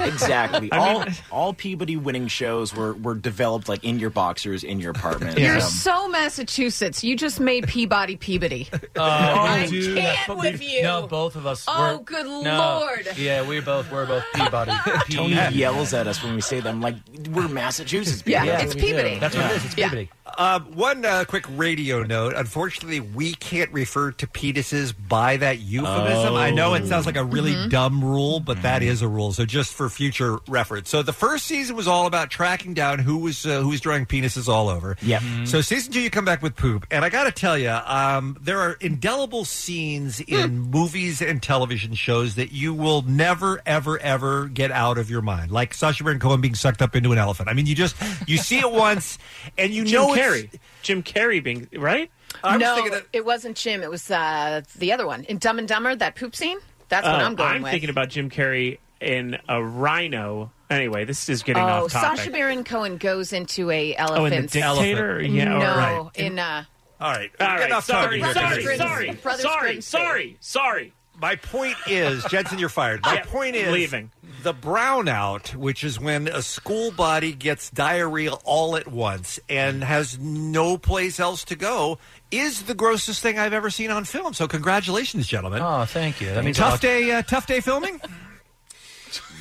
Exactly.
(laughs) I
all
mean-
all Peabody winning shows were, were developed like in your boxers in your apartment.
You're
Um,
so Massachusetts. You just made Peabody
(laughs)
Peabody.
Uh,
(laughs)
Uh,
I
can't with you.
No, both of us.
Oh,
were-
good
No.
lord.
Yeah, we both we're both
(laughs)
Peabody. Tony
Peabody.
yells at us when we say them like we're Massachusetts.
Yeah,
people.
it's Peabody. Yeah.
Uh, one uh, quick radio note. Unfortunately, we can't refer to penises by that euphemism.
Oh.
I know it sounds like a really
Mhm.
dumb rule, but that
Mm-hmm.
is a rule. So just for future reference. So the first season was all about tracking down who was uh, who was drawing penises all over.
Yep.
So season two, you come back with poop, and I got to tell you, um, there are indelible scenes in movies and television shows that you will never, ever, ever get out of your mind. Like Sacha Baron Cohen being sucked up into an elephant. I mean, you just you see it once, and you
Jim
know
Carrey.
It's,
Jim Carrey being right.
no, it wasn't Jim. It was uh, the other one in Dumb and Dumber. That poop scene. That's what
Oh,
I'm going
I'm
with.
thinking about Jim Carrey in a rhino. Anyway, this is getting
oh,
off topic.
Sasha Baron Cohen goes into a
oh, in the
elephant.
dictator. Yeah,
no,
all right.
in uh,
All right.
All right,
Enough talking
sorry,
here,
sorry,
Jensen.
sorry,
Brothers
sorry,
Grimsby.
sorry, sorry.
My
(laughs)
point is, Jensen, you're fired. My
Yeah,
point is,
leaving.
the brownout, which is when a school body gets diarrhea all at once and has no place else to go, is the grossest thing I've ever seen on film. So, congratulations, gentlemen.
Oh, thank you. That means a
tough
lot.
day. Uh, tough day filming.
(laughs)
(laughs)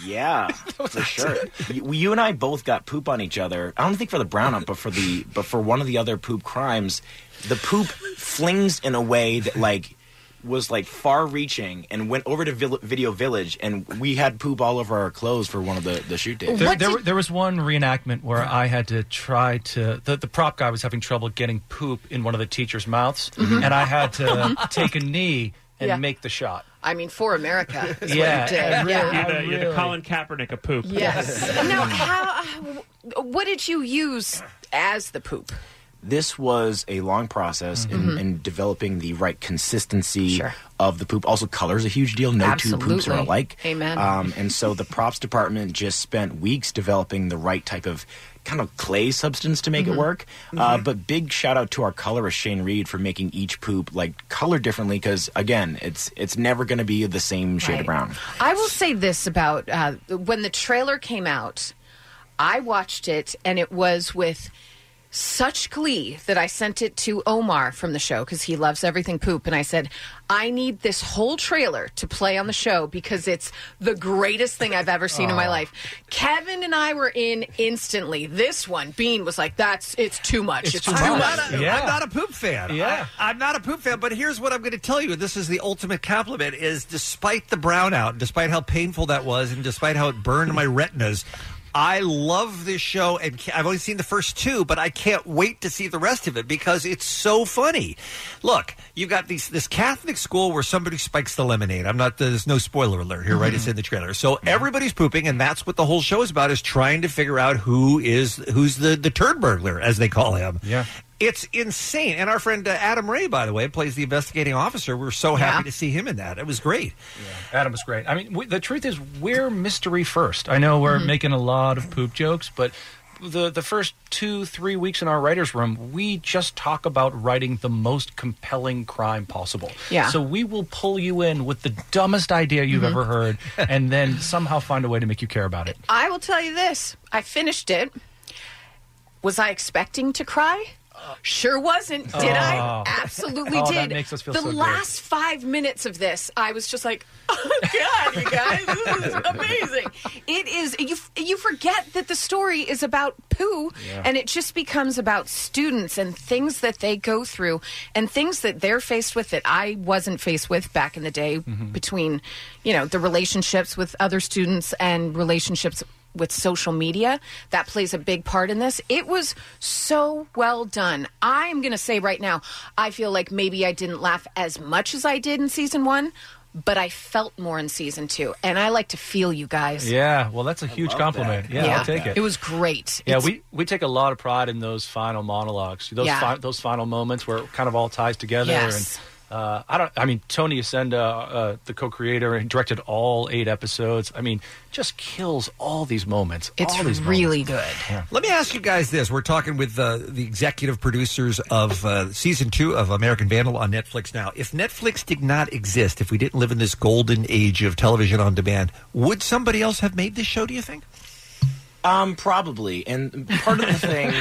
Yeah, for sure. You, you and I both got poop on each other. I don't think for the brownout, but for the but for one of the other poop crimes, the poop flings in a way that like was like far-reaching and went over to Vill- Video Village, and we had poop all over our clothes for one of the the shoot days.
There, there, were- there was one reenactment where I had to try to. The, the prop guy was having trouble getting poop in one of the teacher's mouths,
Mhm.
and I had to take a knee and
Yeah.
make the shot.
I mean,
(laughs)
for America. is
Yeah,
what he
I
did.
uh,
really-
yeah.
I
You're the, you're the
really-
Colin Kaepernick of poop.
Yes. now, how? uh, What did you use as the poop?
this was a long process in,
Mhm.
in developing the right consistency of the poop. Also, color is a huge deal. No two poops are
Absolutely.
alike.
Amen.
Um, and so the props department just spent weeks developing the right type of kind of clay substance to make
Mhm.
it work. Uh,
Mhm.
but big shout out to our colorist Shane Reed for making each poop like color differently because again, it's it's never going to be the same shade of
(laughs)
brown.
I will say this about uh, when the trailer came out, I watched it and it was with such glee that I sent it to Omar from the show because he loves everything poop. And I said, I need this whole trailer to play on the show because it's the greatest thing I've ever seen in my
Aw.
life. Kevin and I were in instantly. This one, Bean was like, that's, it's too much. It's, too much.
I'm not a, I'm not a poop fan.
Yeah.
I, am not a poop fan, but here's what I'm going to tell you. and This is the ultimate compliment is despite the brownout, despite how painful that was, and despite how it burned my retinas, I love this show, and ca- I've only seen the first two, but I can't wait to see the rest of it because it's so funny. Look, you've got these, this Catholic school where somebody spikes the lemonade. I'm not, there's no spoiler alert here, right? It's in the trailer. So everybody's pooping, and that's what the whole show is about, is trying to figure out who is, who's the, the turd burglar, as they call him.
Yeah.
It's insane. And our friend uh, Adam Ray, by the way, plays the investigating officer. We were so happy to see him in that. It was great.
Adam was great. I mean, we, the truth is, we're mystery first. I know we're
Mhm.
making a lot of poop jokes, but the the first two three weeks in our writers' room, we just talk about writing the most compelling crime possible.
Yeah.
So we will pull you in with the dumbest idea you've ever (laughs) heard, and then somehow find a way to make you care about it.
I will tell you this. I finished it. Was I expecting to cry? Sure wasn't. Did I?
Oh.
Absolutely
Oh,
did.
that makes us feel
the
so good.
last five minutes of this, I was just like, "Oh God, you guys, this is amazing!" It is. You you forget that the story is about poo,
Yeah.
and it just becomes about students and things that they go through, and things that they're faced with that I wasn't faced with back in the day
Mhm.
between, you know, the relationships with other students and relationships with social media. That plays a big part in this. It was so well done. I am going to say right now, I feel like maybe I didn't laugh as much as I did in season one, but I felt more in season two. And I like to feel you guys.
Yeah, well, that's a huge compliment. Yeah, I'll take it.
It was great.
Yeah,
It's-
we, we take a lot of pride in those final monologues, those
Yeah.
fi- those final moments where it kind of all ties together.
Yes.
And uh, I don't. I mean, Tony Ascenda, uh, the co-creator, and directed all eight episodes. I mean, just kills all these moments.
It's
all these
really
good.
Let me ask you guys this. We're talking with uh, the executive producers of uh, season two of American Vandal on Netflix now. If Netflix did not exist, if we didn't live in this golden age of television on demand, would somebody else have made this show, do you think?
Um, probably. And part
(laughs)
of the thing.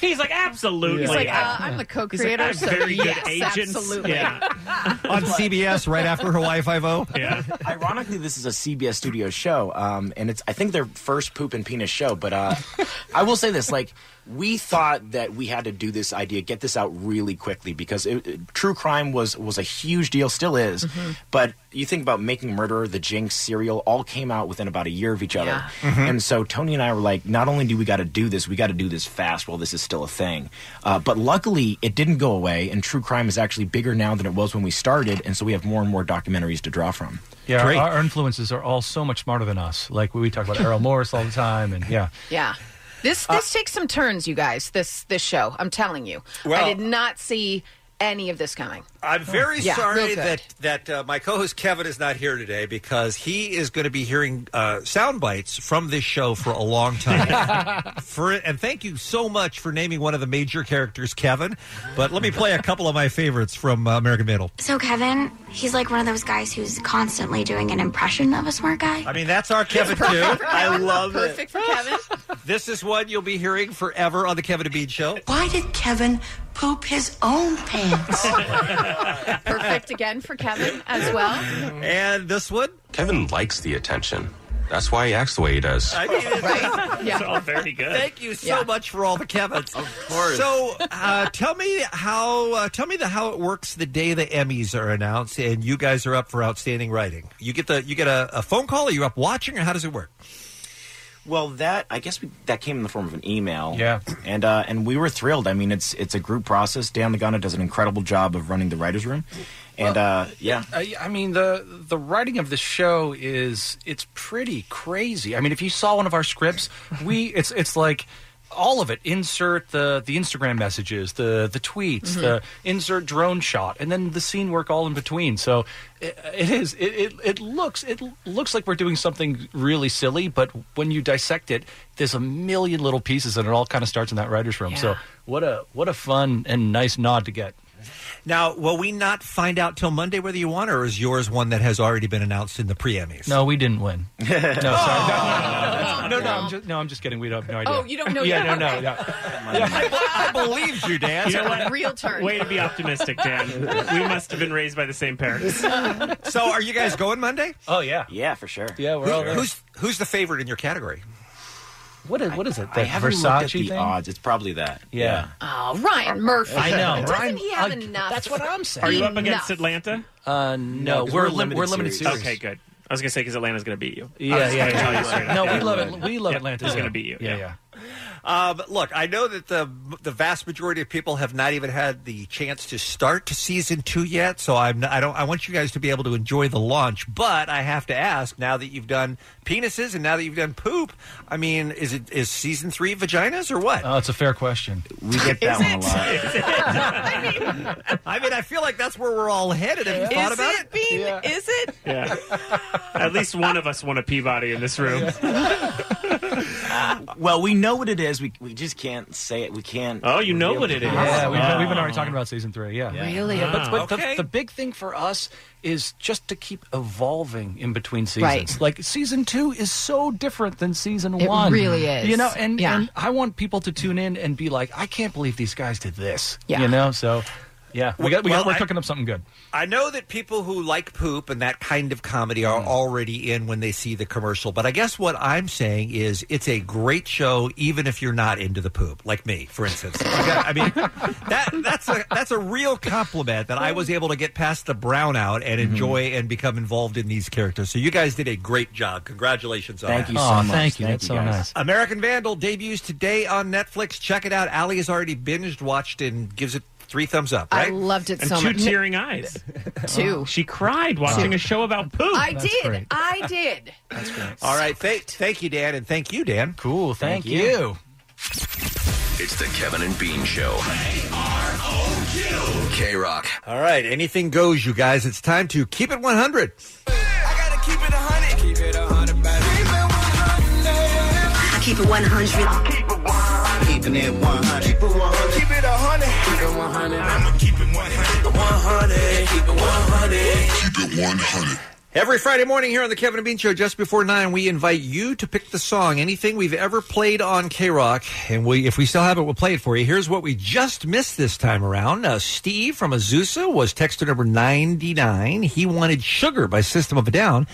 He's like, absolutely.
He's like, uh,
I'm the
He's
co-creator,
Like, I'm
so
very good
yes,
agents.
absolutely.
Yeah.
(laughs) on CBS right after Hawaii Five O.
Yeah.
Ironically, this is a CBS studio show, um, and it's I think their first poop and penis show. But uh, (laughs) I will say this: like we thought that we had to do this idea, get this out really quickly because it, it- true crime was was a huge deal, still is.
Oh,
Mhm.
But you think about Making Murderer, The Jinx, Serial, all came out within about a year of each other,
Yeah.
Mm-hmm.
Mhm.
and so Tony and I were like, not only do we got to do this, we got to do this fast while this is still a thing. Uh, but luckily, it didn't go away, and true crime is actually bigger now than it was when we started, and so we have more and more documentaries to draw from.
Yeah, our,
Great.
our influences are all so much smarter than us. Like we talk about Errol Morris all the time, and yeah,
Yeah. This
Uh,
this takes some turns, you guys. This this show, I'm telling you.
Well-
I did not see any of this coming.
I'm very
Oh, Yeah, real
sorry
good.
that that uh, my co-host Kevin is not here today because he is going to be hearing uh, sound bites from this show for a long time. for and thank you so much for naming one of the major characters Kevin. But let me play a couple of my favorites from uh, American Vandal.
So Kevin, he's like one of those guys who's constantly doing an impression of a smart guy.
I mean, that's our Kevin too.
perfect for
I
Kevin.
love
Perfect
it. This is one you'll be hearing forever on the Kevin and Bean Show.
Why did Kevin poop his own pants?
(laughs)
Perfect again for Kevin as well. (laughs)
And this one?
Kevin likes the attention. That's why he acts the way he does.
I mean, it's,
Yeah.
It's all very good.
Thank you so
Yeah.
much for all the Kevins. Of
course.
So, uh, tell me how uh, tell me the how it works the day the Emmys are announced and you guys are up for outstanding writing. You get the you get a, a phone call. Are you up watching, or how does it work?
Well, that I guess we, that came in the form of an email. Yeah, and uh, and we were thrilled. I mean, it's it's a group process. Dan Lagana does an incredible job of running the writers' room, and uh, yeah,
I, I mean the the writing of the show is it's pretty crazy. I mean, if you saw one of our scripts, we it's it's like all of it. Insert the the Instagram messages, the the tweets, Mhm. the
Mm-hmm.
insert drone shot, and then the scene work all in between. So it, it is it, it it looks it looks like we're doing something really silly, but when you dissect it, there's a million little pieces, and it all kind of starts in that writers' room. So
Yeah.
what a what a fun and nice nod to get.
Now, will we not find out till Monday whether you won, or is yours one that has already been announced in the pre Emmys? (laughs)
No, we didn't win. no, sorry. No, no, no, no, no.
Oh!
(laughs) no, no, no, I'm just, no, I'm just kidding. We don't have no idea.
Oh, you don't
(laughs)
know
Yeah,
yet?
no, no,
Okay.
yeah.
(laughs)
I, believed you, Dan.
You know what?
Real turn.
Way to be optimistic, Dan. we must have been raised by the same
(laughs)
parents.
(laughs) so, are you guys going Monday?
Oh yeah,
yeah, for sure.
Yeah, we're
Who-
all there.
Who's who's the favorite in your category?
What is what is it?
I
That
haven't looked at
Versace
the
thing?
odds. It's probably that.
Yeah.
Oh, Ryan Murphy.
I know.
Doesn't
Ryan-
he have
I-
enough?
that's what I'm saying.
Are you up against
Enough.
Atlanta?
Uh, no, we're limited. We're limited series.
Okay, good. I was gonna say because Atlanta's gonna beat you.
Yeah,
I was just
yeah,
gonna
yeah,
tell you
yeah.
straight up.
No, we
Yeah.
love it- we love Atlanta,
It's
yeah.
gonna beat you.
Yeah,
Um, look, I know that the the vast majority of people have not even had the chance to start to season two yet. So I'm not, I don't I want you guys to be able to enjoy the launch. But I have to ask now that you've done penises and now that you've done poop. I mean, is it is season three vaginas or what?
Uh,
Oh, it's a fair question.
We get
that Is one a it?
lot.
(laughs) I mean, I feel like that's where we're all headed. Have you
Is
thought about it?
it, Bean? Is it?
Yeah. (laughs) At least one of us won a Peabody in
(laughs)
this room.
Well, we know what it is. We we just can't say it. We can't.
Oh, you know
reveal Ah.
what it is.
Yeah, we've,
Wow.
been, we've been already talking about season three. Yeah,
Really?
Yeah, Ah. But, but
Okay.
the, the big thing for us is just to keep evolving in between seasons.
Right.
Like season two is so different than season
It
one.
really is.
You know, and,
Yeah.
and I want people to tune in and be like, I can't believe these guys did this.
Yeah.
You know, so yeah, we got, we
Well,
got, we're
I-
cooking up something good.
I know that people who like poop and that kind of comedy
Mm.
are already in when they see the commercial, but I guess what I'm saying is it's a great show even if you're not into the poop, like me, for instance. (laughs) You got- I mean, that that's a that's a real compliment that I was able to get past the brownout and
Mm-hmm.
enjoy and become involved in these characters. So you guys did a great job. Congratulations on
Thank
that.
you so Aw, much. thank you. Thank That's you, so guys. nice.
American Vandal debuts today on Netflix. Check it out. Ali has already binged watched and gives it three thumbs up.
I
Right?
loved it
And
so
two
much.
tearing
eyes.
(laughs) Two.
She cried watching a show about poop.
I did. I did.
(laughs) All right. Thank, thank you, Dan, and thank you, Dan.
Cool.
thank Thank you. you. It's the Kevin and Bean Show. K Rock.
All right. Anything goes, you guys. It's time to keep it 100.
Keep it 100, baby. I keep it 100. I keep it 100. Keeping it 100. Keep it 100. Keep it 100. Keep it 100. I'ma keep it 100. Keep it 100. Keep it 100.
Every Friday morning here on the Kevin and Bean Show, just before 9, we invite you to pick the song, anything we've ever played on K Rock. And we, if we still have it, we'll play it for you. Here's what we just missed this time around. Uh, Steve from Azusa was texter number 99. He wanted Sugar by System of a Down,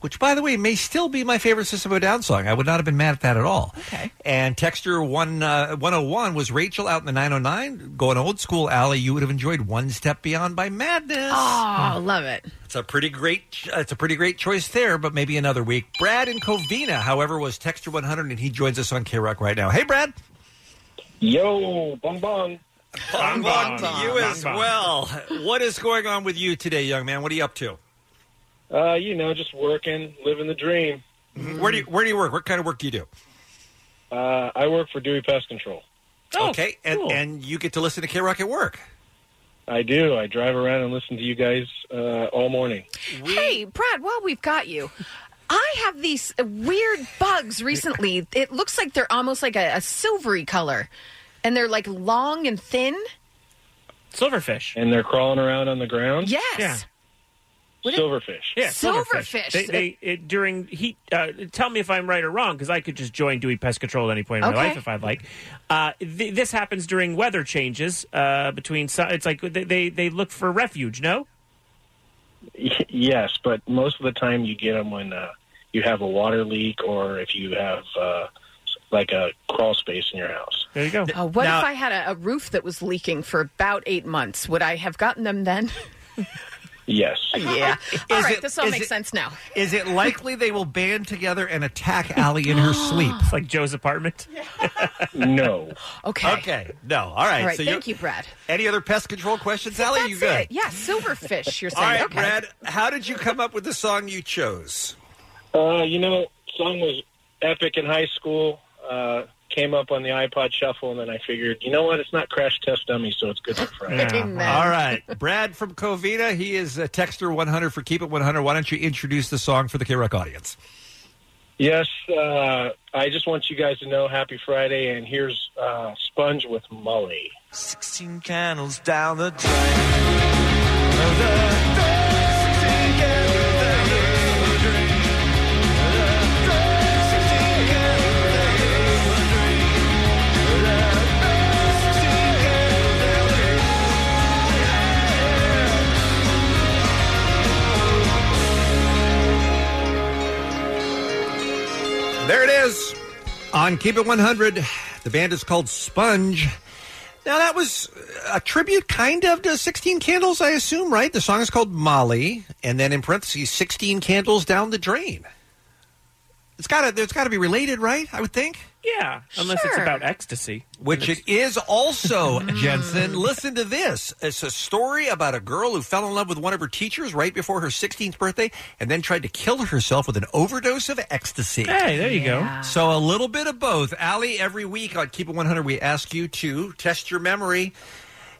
which, by the way, may still be my favorite System of a Down song. I would not have been mad at that at all. Okay. And texter one, uh, 101 was Rachel out in the 909. Going old school, alley. you would have enjoyed One Step Beyond by Madness.
Oh, love it.
It's a pretty great. uh, It's a pretty great choice there, but maybe another week. Brad in Covina, however, was Texture 100, and he joins us on K Rock right now. Hey, Brad.
Yo, bong bong.
Bong bong to you
bong,
as
bong.
well. What is going on with you today, young man? What are you up to?
Uh, you know, just working, living the dream.
Mm-hmm. Where do you Where do you work? What kind of work do you do?
Uh, I work for Dewey Pest Control.
Oh,
okay, and and you get to listen to K Rock at work.
I do. I drive around and listen to you guys uh, all morning.
Hey, Brad, while we've got you, I have these weird bugs recently. It looks like they're almost like a, a silvery color, and they're like long and thin.
Silverfish.
And they're crawling around on the ground?
Yes. Yeah.
Would it-
Silverfish.
Yeah,
Silverfish.
They, they it, during heat. Uh, tell me if I'm right or wrong, because I could just join Dewey Pest Control at any point in my
Okay.
life if I'd like. Uh, th- this happens during weather changes uh, between. su- It's like they, they they look for refuge. No.
Y- (laughs) yes, but most of the time you get them when uh, you have a water leak or if you have uh, like a crawl space in your house.
There you go.
Oh, what if I had a, a roof that was leaking for about eight months? Would I have gotten them then? (laughs)
Yes.
yeah. all
Is
right,
it-
this all
is
makes
it-
sense now.
Is it likely they will band together and attack Allie in
(gasps)
her sleep? It's
like Joe's apartment.
no.
Okay.
Okay. No. All right.
All right,
so
thank
you're-
you, Brad.
Any other pest control questions, Allie? you good?
It. Yeah, silverfish. You're saying
All right,
okay.
Brad. How did you come up with the song you chose?
Uh, you know, song was epic in high school. Uh, came up on the iPod shuffle, and then I figured, you know what? It's not Crash Test Dummy, so it's good
(laughs)
for Friday.
All right, Brad from Covina. He is a texter 100 for Keep It 100. Why don't you introduce the song for the K Rock audience?
Yes, uh, I just want you guys to know Happy Friday, and here's uh, Sponge with Molly.
16 candles down the drain. Oh, the 16 candles down the drain. The 16 candles
On Keep It 100, the band is called Sponge. Now, that was a tribute kind of to 16 Candles, I assume, right? The song is called Molly, and then in parentheses, 16 Candles Down the Drain. It's got to it's got to be related, right? I would think.
Yeah, unless it's
Sure.
about ecstasy.
Which
It's-
it is (laughs) also, Jensen. Listen to this. It's a story about a girl who fell in love with one of her teachers right before her 16th birthday and then tried to kill herself with an overdose of ecstasy.
Hey, there you go. Yeah.
So a little bit of both. Allie, every week on Keep It 100, we ask you to test your memory,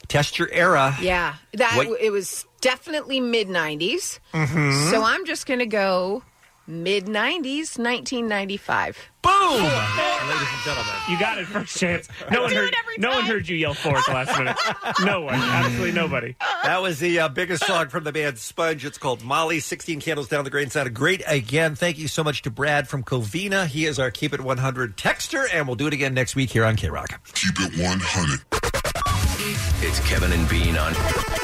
test your era.
Yeah, that
What-
it was definitely mid '90s.
Mhm.
So I'm just going to go mid '90s, 1995.
Boom! Ladies and gentlemen,
you got it
(laughs)
first chance. No one heard. No one heard you yell for it last minute. No one. Absolutely nobody.
That was the uh, biggest song from the band Sponge. It's called Molly, 16 Candles Down the Grain. Sounded great again. Thank you so much to Brad from Covina. He is our Keep It 100 texter, and we'll do it again next week here on K Rock.
Keep it 100. It's Kevin and Bean on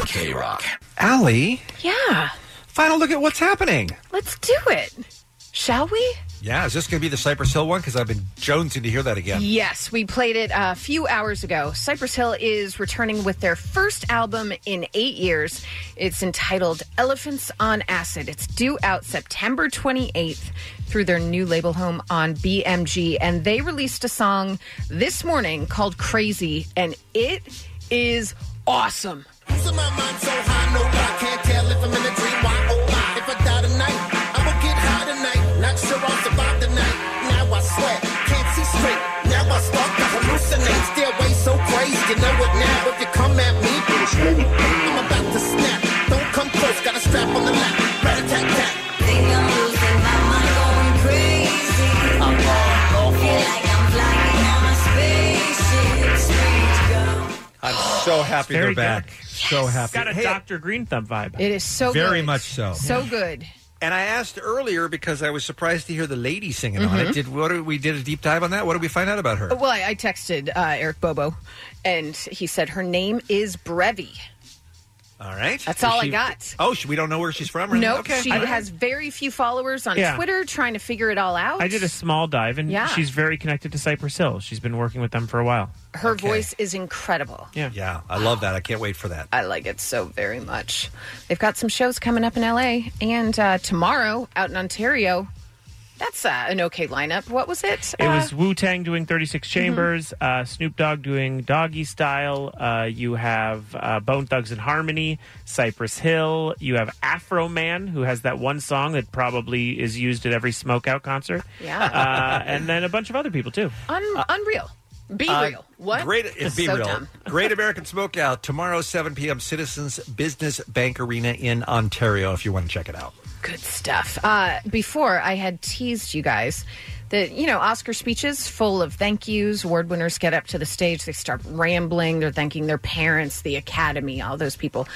K Rock.
Allie,
Yeah,
final look at what's happening.
let's do it, shall we?
Yeah, is this going to be the Cypress Hill one? Because I've been jonesing to hear that again.
Yes, we played it a few hours ago. Cypress Hill is returning with their first album in eight years. It's entitled Elephants on Acid. It's due out September 28th through their new label home on BMG. And they released a song this morning called Crazy, and it is awesome.
So my mind's so high, no I can't tell if I'm in a dream. Why, oh my, if I die tonight, I will get high tonight. Not sure I'll survive the night. Now I sweat, can't see straight. Now I start to hallucinate. Stairway so crazy, you know it now. If you come at me, I'm about to snap. Don't come close, got a strap on the lap. Rat a tat tat. Think I'm losing my mind, going crazy. I'm all Feel like I'm flying on a spaceship. Strange girl.
I'm so happy
Very
they're
good.
back. So happy.
Got a Dr. Green Thumb vibe.
It is so
Very
good.
much so.
So good.
And I asked earlier because I was surprised to hear the lady singing on it.
Mhm.
Did what? did- We did a deep dive on that. What did we find out about her?
Well, I, I texted uh, Eric Bobo, and he said her name is Brevi.
All right.
That's all I got.
Oh, sh- we don't know where she's from. Really?
Nope,
Okay.
she
I-
has very few followers on
Yeah.
Twitter, trying to figure it all out.
I did a small dive, and
Yeah.
she's very connected to Cypress Hill. She's been working with them for a while.
Her voice is incredible.
Yeah.
Yeah, I love that. I can't wait for that.
I like it so very much. They've got some shows coming up in LA and uh, tomorrow out in Ontario. That's uh, an okay lineup. What was it?
It
Uh, mm-hmm.
was Wu Tang doing 36 Chambers, uh, Snoop Dogg doing Doggy Style. Uh, you have uh, Bone Thugs and Harmony, Cypress Hill. You have Afro Man, who has that one song that probably is used at every smokeout concert.
Yeah.
Uh, and then a bunch of other people, too.
Uh, un- unreal. Be
Uh,
real. What?
Great,
It's
be
so
real.
dumb. (laughs)
Great American Smokeout tomorrow, 7 p.m. Citizens Business Bank Arena in Ontario. If you want to check it out,
Good stuff. Uh, before I had teased you guys that, you know, Oscar speeches full of thank yous. Award winners get up to the stage, they start rambling, they're thanking their parents, the academy, all those people.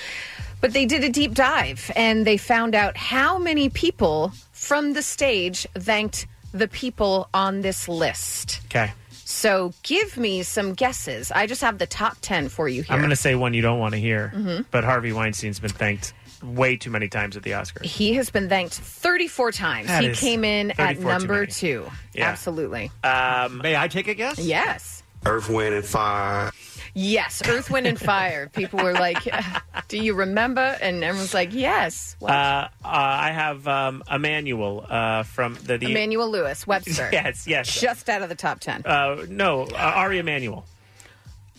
But they did a deep dive and they found out how many people from the stage thanked the people on this list.
Okay.
So give me some guesses. I just have the top 10 for you here.
I'm going to say one you don't want to hear,
Mhm.
but Harvey Weinstein's been thanked way too many times at the Oscars.
He has been thanked 34 times.
That
he
is
came in at
34 too
number
many.
two.
Yeah.
Absolutely.
Um, May I take a guess?
Yes.
Earth, wind, and fire.
Yes. Earth, wind, and fire. People were like, (laughs) do you remember? And everyone's like, yes.
Uh, uh, I have um, Emmanuel uh, from the, the
Emmanuel Lewis, Webster.
(laughs) Yes, yes.
Just out of the top 10.
Uh, no, uh, Ari Emanuel.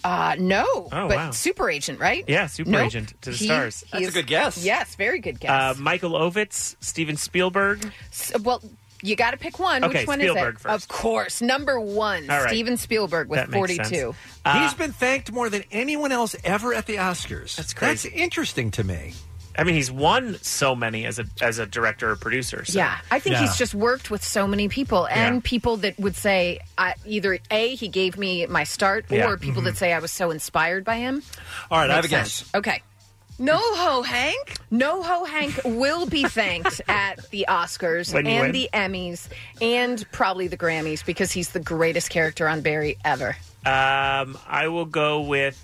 Uh, no. but
Oh, wow.
super agent, right?
Yeah, super
Nope.
agent to the
He-
stars.
he is- Yes, very good
Uh,
guess.
Michael Ovitz, Steven Spielberg.
S- well, you got to pick one.
Okay,
Which one
Spielberg
is it?
first.
Of course. Number one,
All right.
Steven Spielberg with
That makes
42.
sense.
Uh,
he's been thanked more than anyone else ever at the Oscars. That's
crazy.
That's interesting to me.
I mean, he's won so many as a as a director or producer. So.
Yeah, I think he's just worked with so many people and
Yeah.
people that would say I, either a he gave me my start, or
Yeah.
people that
Mhm.
say I was so inspired by him.
All right, I
Makes
have a
sense. Okay. No ho Hank. No ho Hank will be thanked at the Oscars
When you
and
win.
the Emmys and probably the Grammys because he's the greatest character on Barry ever.
Um, I will go with.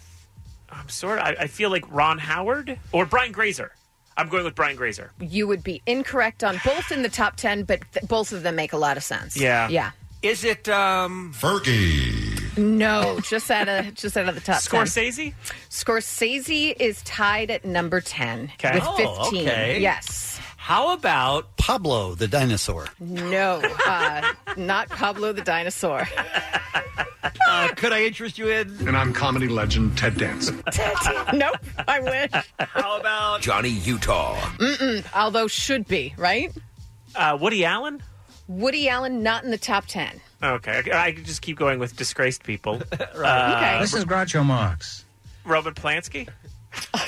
I'm sort of. I, I feel like Ron Howard or Brian Grazer. I'm going with Brian Grazer.
You would be incorrect on both in the top 10, but th- both of them make a lot of sense.
Yeah.
Yeah.
Is it um Fergie?
No, just out of just out of the top. 10.
Scorsese?
Scorsese is tied at number ten
Okay.
with
Oh,
fifteen.
okay.
Yes.
How about Pablo the dinosaur?
No, uh, not Pablo the dinosaur. Ah.
Uh, could I interest you in?
And I'm comedy legend Ted
(laughs)
Danson.
nope, I wish.
How about Uh,
Johnny Utah?
Mm-mm, although should be right.
Uh, Woody Allen?
Woody Allen not in the top ten.
Okay, I I could just keep going with disgraced people.
Okay. This is
Groucho Marx. Robert Plansky?
(laughs)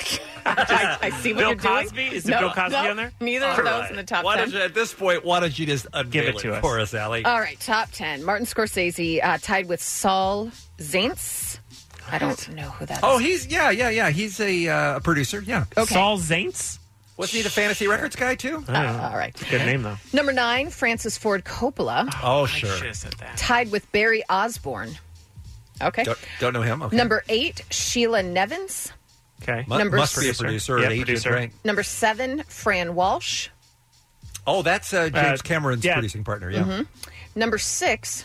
I, I see what
Bill
you're doing.
Cosby? Is there Bill Cosby
no,
on there?
Neither of
All
those
right.
in the top
Why
ten. Uh,
don't you, at this point, why don't you just unveil
it to us.
for us, Allie?
All right, top 10. Martin Scorsese uh, tied with Saul Zaintz. I don't know who that is.
Oh, he's yeah, yeah, yeah. He's a uh, producer. Yeah,
Okay.
Saul Zaintz.
Wasn't he the Fantasy Records guy too?
Uh, all right.
Good name though.
Number nine, Francis Ford Coppola,
Oh, sure.
tied with Barry Osborne. Okay.
Don't, don't know him. Okay.
Number eight, Sheila Nevins.
Okay.
Mu-
number
must be a
six-
producer. or
Yeah,
an agent,
producer.
right?
Number seven, Fran Walsh.
Oh, that's uh, James
Uh,
Cameron's
yeah.
producing partner. Yeah.
Mhm. Number six,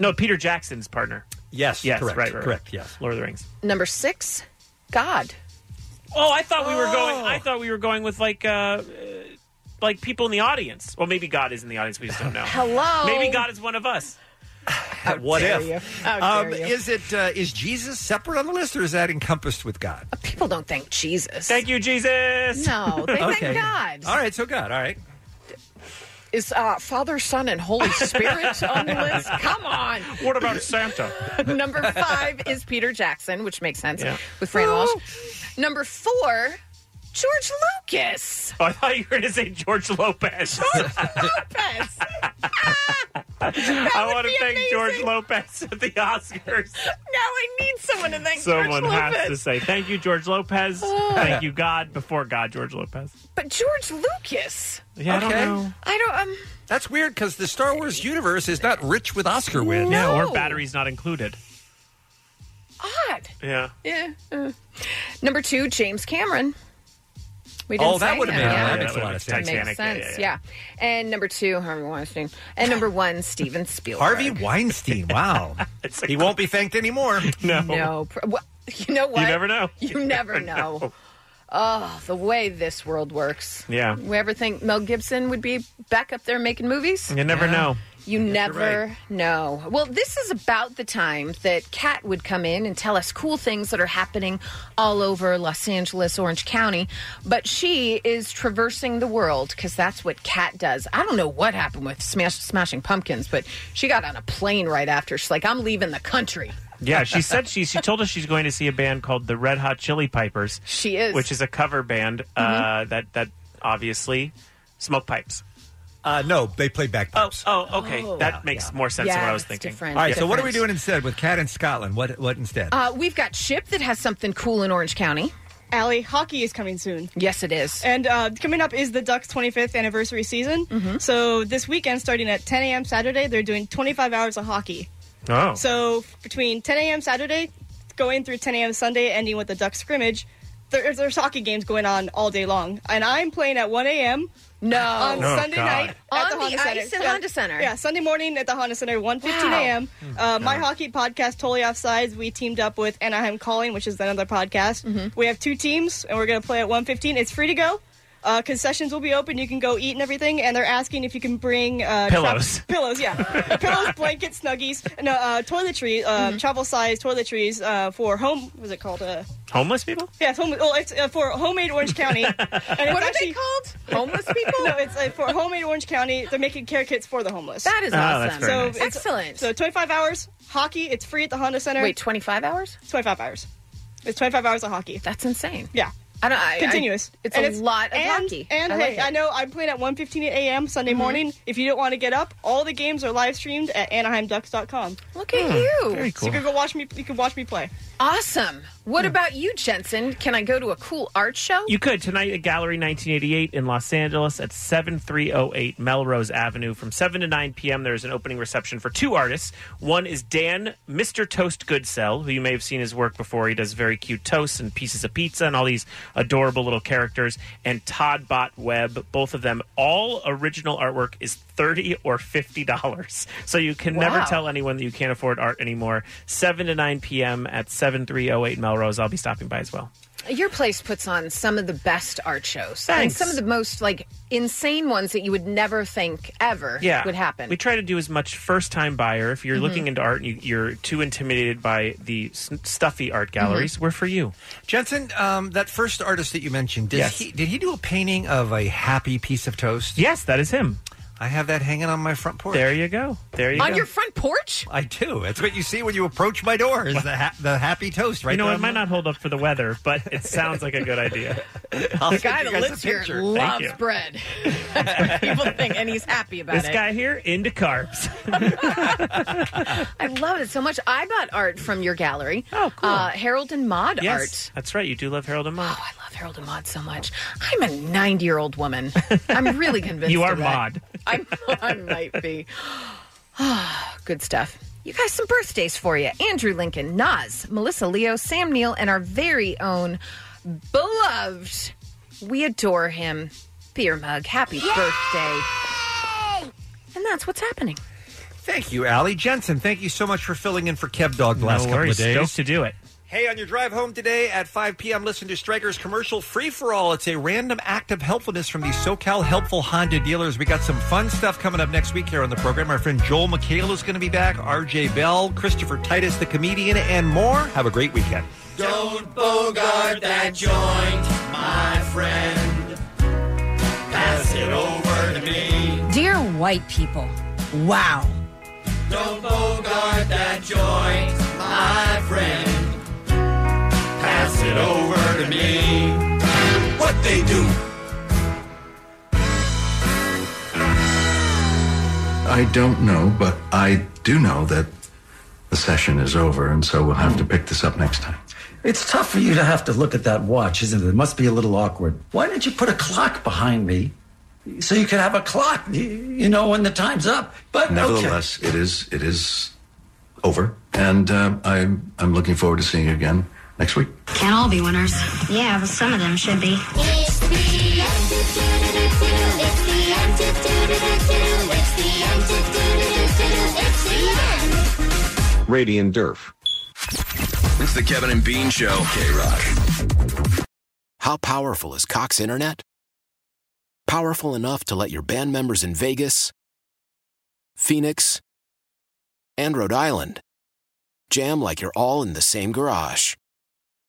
No, Peter Jackson's partner.
Mm-hmm.
Yes.
Yes,
Correct.
right, right, right.
correct. Yes.
Lord of the Rings.
number six, God.
Oh, I thought we were going. I thought we were going with like, uh, uh, like people in the audience. Well, maybe God is in the audience. We just don't know.
Hello.
Maybe God is one of us.
what
dare
if?
you.
Oh,
How
Um,
dare you.
is it uh, is Jesus separate on the list, or is that encompassed with God?
People don't thank Jesus.
Thank you, Jesus. Uh,
No, they
Okay.
thank God.
All right, so God. All right.
Is uh, Father, Son, and Holy
(laughs)
Spirit on the list? Come on.
What about Santa?
(laughs) Number five is Peter Jackson, which makes sense
Yeah.
with Fran Walsh. Number four, George Lucas.
Oh, I thought you were going to say George Lopez. (laughs)
Lopez.
I want to
be
thank
amazing.
George Lopez at the Oscars.
Now I need someone to thank
Someone
George
has
Lopez.
to say thank you, George Lopez.
Oh.
Thank you, God. Before God, George Lopez.
But George Lucas.
Yeah, I don't
Okay.
know.
I don't. Um,
That's weird because the Star Wars universe is not rich with Oscar wins.
Yeah, or batteries not included.
odd.
Yeah.
Yeah. uh. Number two, James Cameron. We didn't
Oh, that
say
would've
him,
made-
yeah.
that makes a lot of sense.
Makes
Titanic, yeah,
sense.
yeah,
Yeah, And number two, Harvey Weinstein. And number one, Steven Spielberg.
Harvey Weinstein. Wow.
(laughs)
he won't be thanked anymore.
No.
No. pr- wha- You know what?
never know.
(laughs)
You never know. Oh, the way this world works.
Yeah.
We ever think Mel Gibson would be back up there making movies?
You never Yeah. know.
You never
right.
know. Well, this is about the time that Kat would come in and tell us cool things that are happening all over Los Angeles, Orange County. But she is traversing the world because that's what Kat does. I don't know what happened with Smash, Smashing Pumpkins, but she got on a plane right after. She's like, I'm leaving the country.
Yeah, she said she she told us she's going to see a band called the Red Hot Chili Pipers.
She is.
which is a cover band uh,
Mm-hmm.
that that obviously smoke pipes.
Uh, no, they play backpipes.
Oh, oh, okay,
Oh.
that makes more sense than
Yeah,
what I was
it's
thinking.
different,
All right, so what are we
different.
doing instead with Cat in Scotland? What what instead?
Um,
Uh, we've got Chip that has something cool in Orange County.
Allie, hockey is coming soon.
Yes, it is.
And uh, coming up is the Ducks' 25th anniversary season.
Mm-hmm.
So this weekend, starting at 10 a.m. Saturday, they're doing 25 hours of hockey.
Oh.
So f- between 10 a.m. Saturday, going through 10 a.m. Sunday, ending with the Ducks scrimmage, there, there's hockey games going on all day long. And I'm playing at 1 a.m.
No.
On
Oh,
Sunday
God.
night at
On
the,
the
Honda
ice
Center.
at
yeah,
Honda Center.
Yeah, Sunday morning at the Honda Center, 1.15
Wow.
a.m. Uh, my hockey podcast, Totally Offsides, we teamed up with Anaheim Calling, which is another podcast. We have two teams, and we're going to play at 1.15. It's free to go. Uh, concessions will be open. You can go eat and everything. And they're asking if you can bring uh,
Pillows.
trap- (laughs) pillows, yeah, pillows, blankets, snuggies, no uh, toiletry, uh, travel size toiletries uh, for home. What was it called? Uh,
Homeless people?
yeah, it's home. Well, it's uh, for homemade Orange County. And
(laughs) What are
they
called? Homeless
people? (laughs) no, it's uh, for homemade Orange County. They're making care kits for the homeless.
That is Oh, awesome. that's very nice.
it's-
Excellent.
So 25 hours hockey. It's free at the Honda Center.
Wait, 25 hours?
25 hours. It's 25 hours of hockey.
That's insane.
Yeah.
I don't. I,
Continuous.
I, it's
And
a lot of
and,
hockey.
And
I
hey,
like it. Mm-hmm.
I know I'm playing at 1:15 a.m. Sunday morning. If you don't want to get up, all the games are live streamed at AnaheimDucks.com.
Look at Hmm, you. very
So
cool.
you can go watch me. You can watch me play.
Awesome. What
Hmm.
about you, Jensen? Can I go to a cool art show?
You could tonight at Gallery 1988 in Los Angeles at 7308 Melrose Avenue from 7 to 9 p.m. There is an opening reception for two artists. One is Dan Mr. Toast Goodsell, who you may have seen his work before. He does very cute toasts and pieces of pizza and all these adorable little characters. And Todd Bot Webb, both of them, all original artwork is 30 or 50 dollars. So you can never
Wow.
tell tell anyone that you can't afford art anymore. 7 to 9 p.m. at 7308 Melrose. I'll be stopping by as well.
Your place puts on some of the best art shows and
Thanks.
some of the most like insane ones that you would never think ever
Yeah.
would happen.
We try to do as much first time buyer. If you're
Mhm.
looking into art and you, you're too intimidated by the s- stuffy art
Mm-hmm.
galleries,
Mhm.
we're for you.
Jensen, um, that first artist that you mentioned, did,
Yes.
he, did he do a painting of a happy piece of toast?
Yes, that is him.
I have that hanging on my front porch.
There you go. There
on your front porch?
I do. That's what you see when you approach my door is the, ha- the happy toast right
you know,
there.
it might not hold up for the weather, but it sounds like a good idea.
(laughs) I'll
the
send
guy
you guys
that
a
lives here
picture.
Thank
loves
you.
bread. (laughs)
(laughs)
That's what people think, and he's happy about
This
it.
guy here into carbs.
I love it so much. I bought art from your gallery. Oh, cool. Uh, Harold and Maude
(laughs) yes, that's right. You do love Harold and Maude.
art. Oh, I love Harold and Maude so much. I'm a 90 year old woman. I'm
(laughs)
really convinced.
You are
of that.
Maude.
I'm, (laughs) I might be. (sighs) Good stuff. You guys, some birthdays for you. Andrew Lincoln, Nas, Melissa Leo, Sam Neill, and our very own beloved. We adore him. Beer mug. Happy birthday. And that's what's happening.
Thank you, Allie. Jensen, thank you so much for filling in for Kev Dog the
No
last couple
worries.
of days.
Stoked to do it.
Hey, on your drive home today at 5 p.m., listen to Stryker's commercial free for all. It's a random act of helpfulness from the SoCal helpful Honda dealers. We got some fun stuff coming up next week here on the program. Our friend Joel McHale is going to be back, RJ Bell, Christopher Titus, the comedian, and more. Have a great weekend.
Don't bogart that joint, my friend. Pass it over to me.
Dear white people, wow.
Don't bogart that joint, my friend. Pass it over to me. What they do?
I don't know, but I do know that the session is over, and so we'll have to pick this up next time.
It's tough for you to have to look at that watch, isn't it? It must be a little awkward. Why didn't you put a clock behind me so you could have a clock? y- You know when the time's up. But
Nevertheless, it is it is over, and um, I'm I'm looking forward to seeing you again next week.
Can't all be winners. Yeah, but some of them should be.
It's the It's the It's the It's the
Radian Durf. It's the Kevin and Bean Show. K Rock.
How powerful is Cox Internet? Powerful enough to let your band members in Vegas, Phoenix, and Rhode Island jam like you're all in the same garage.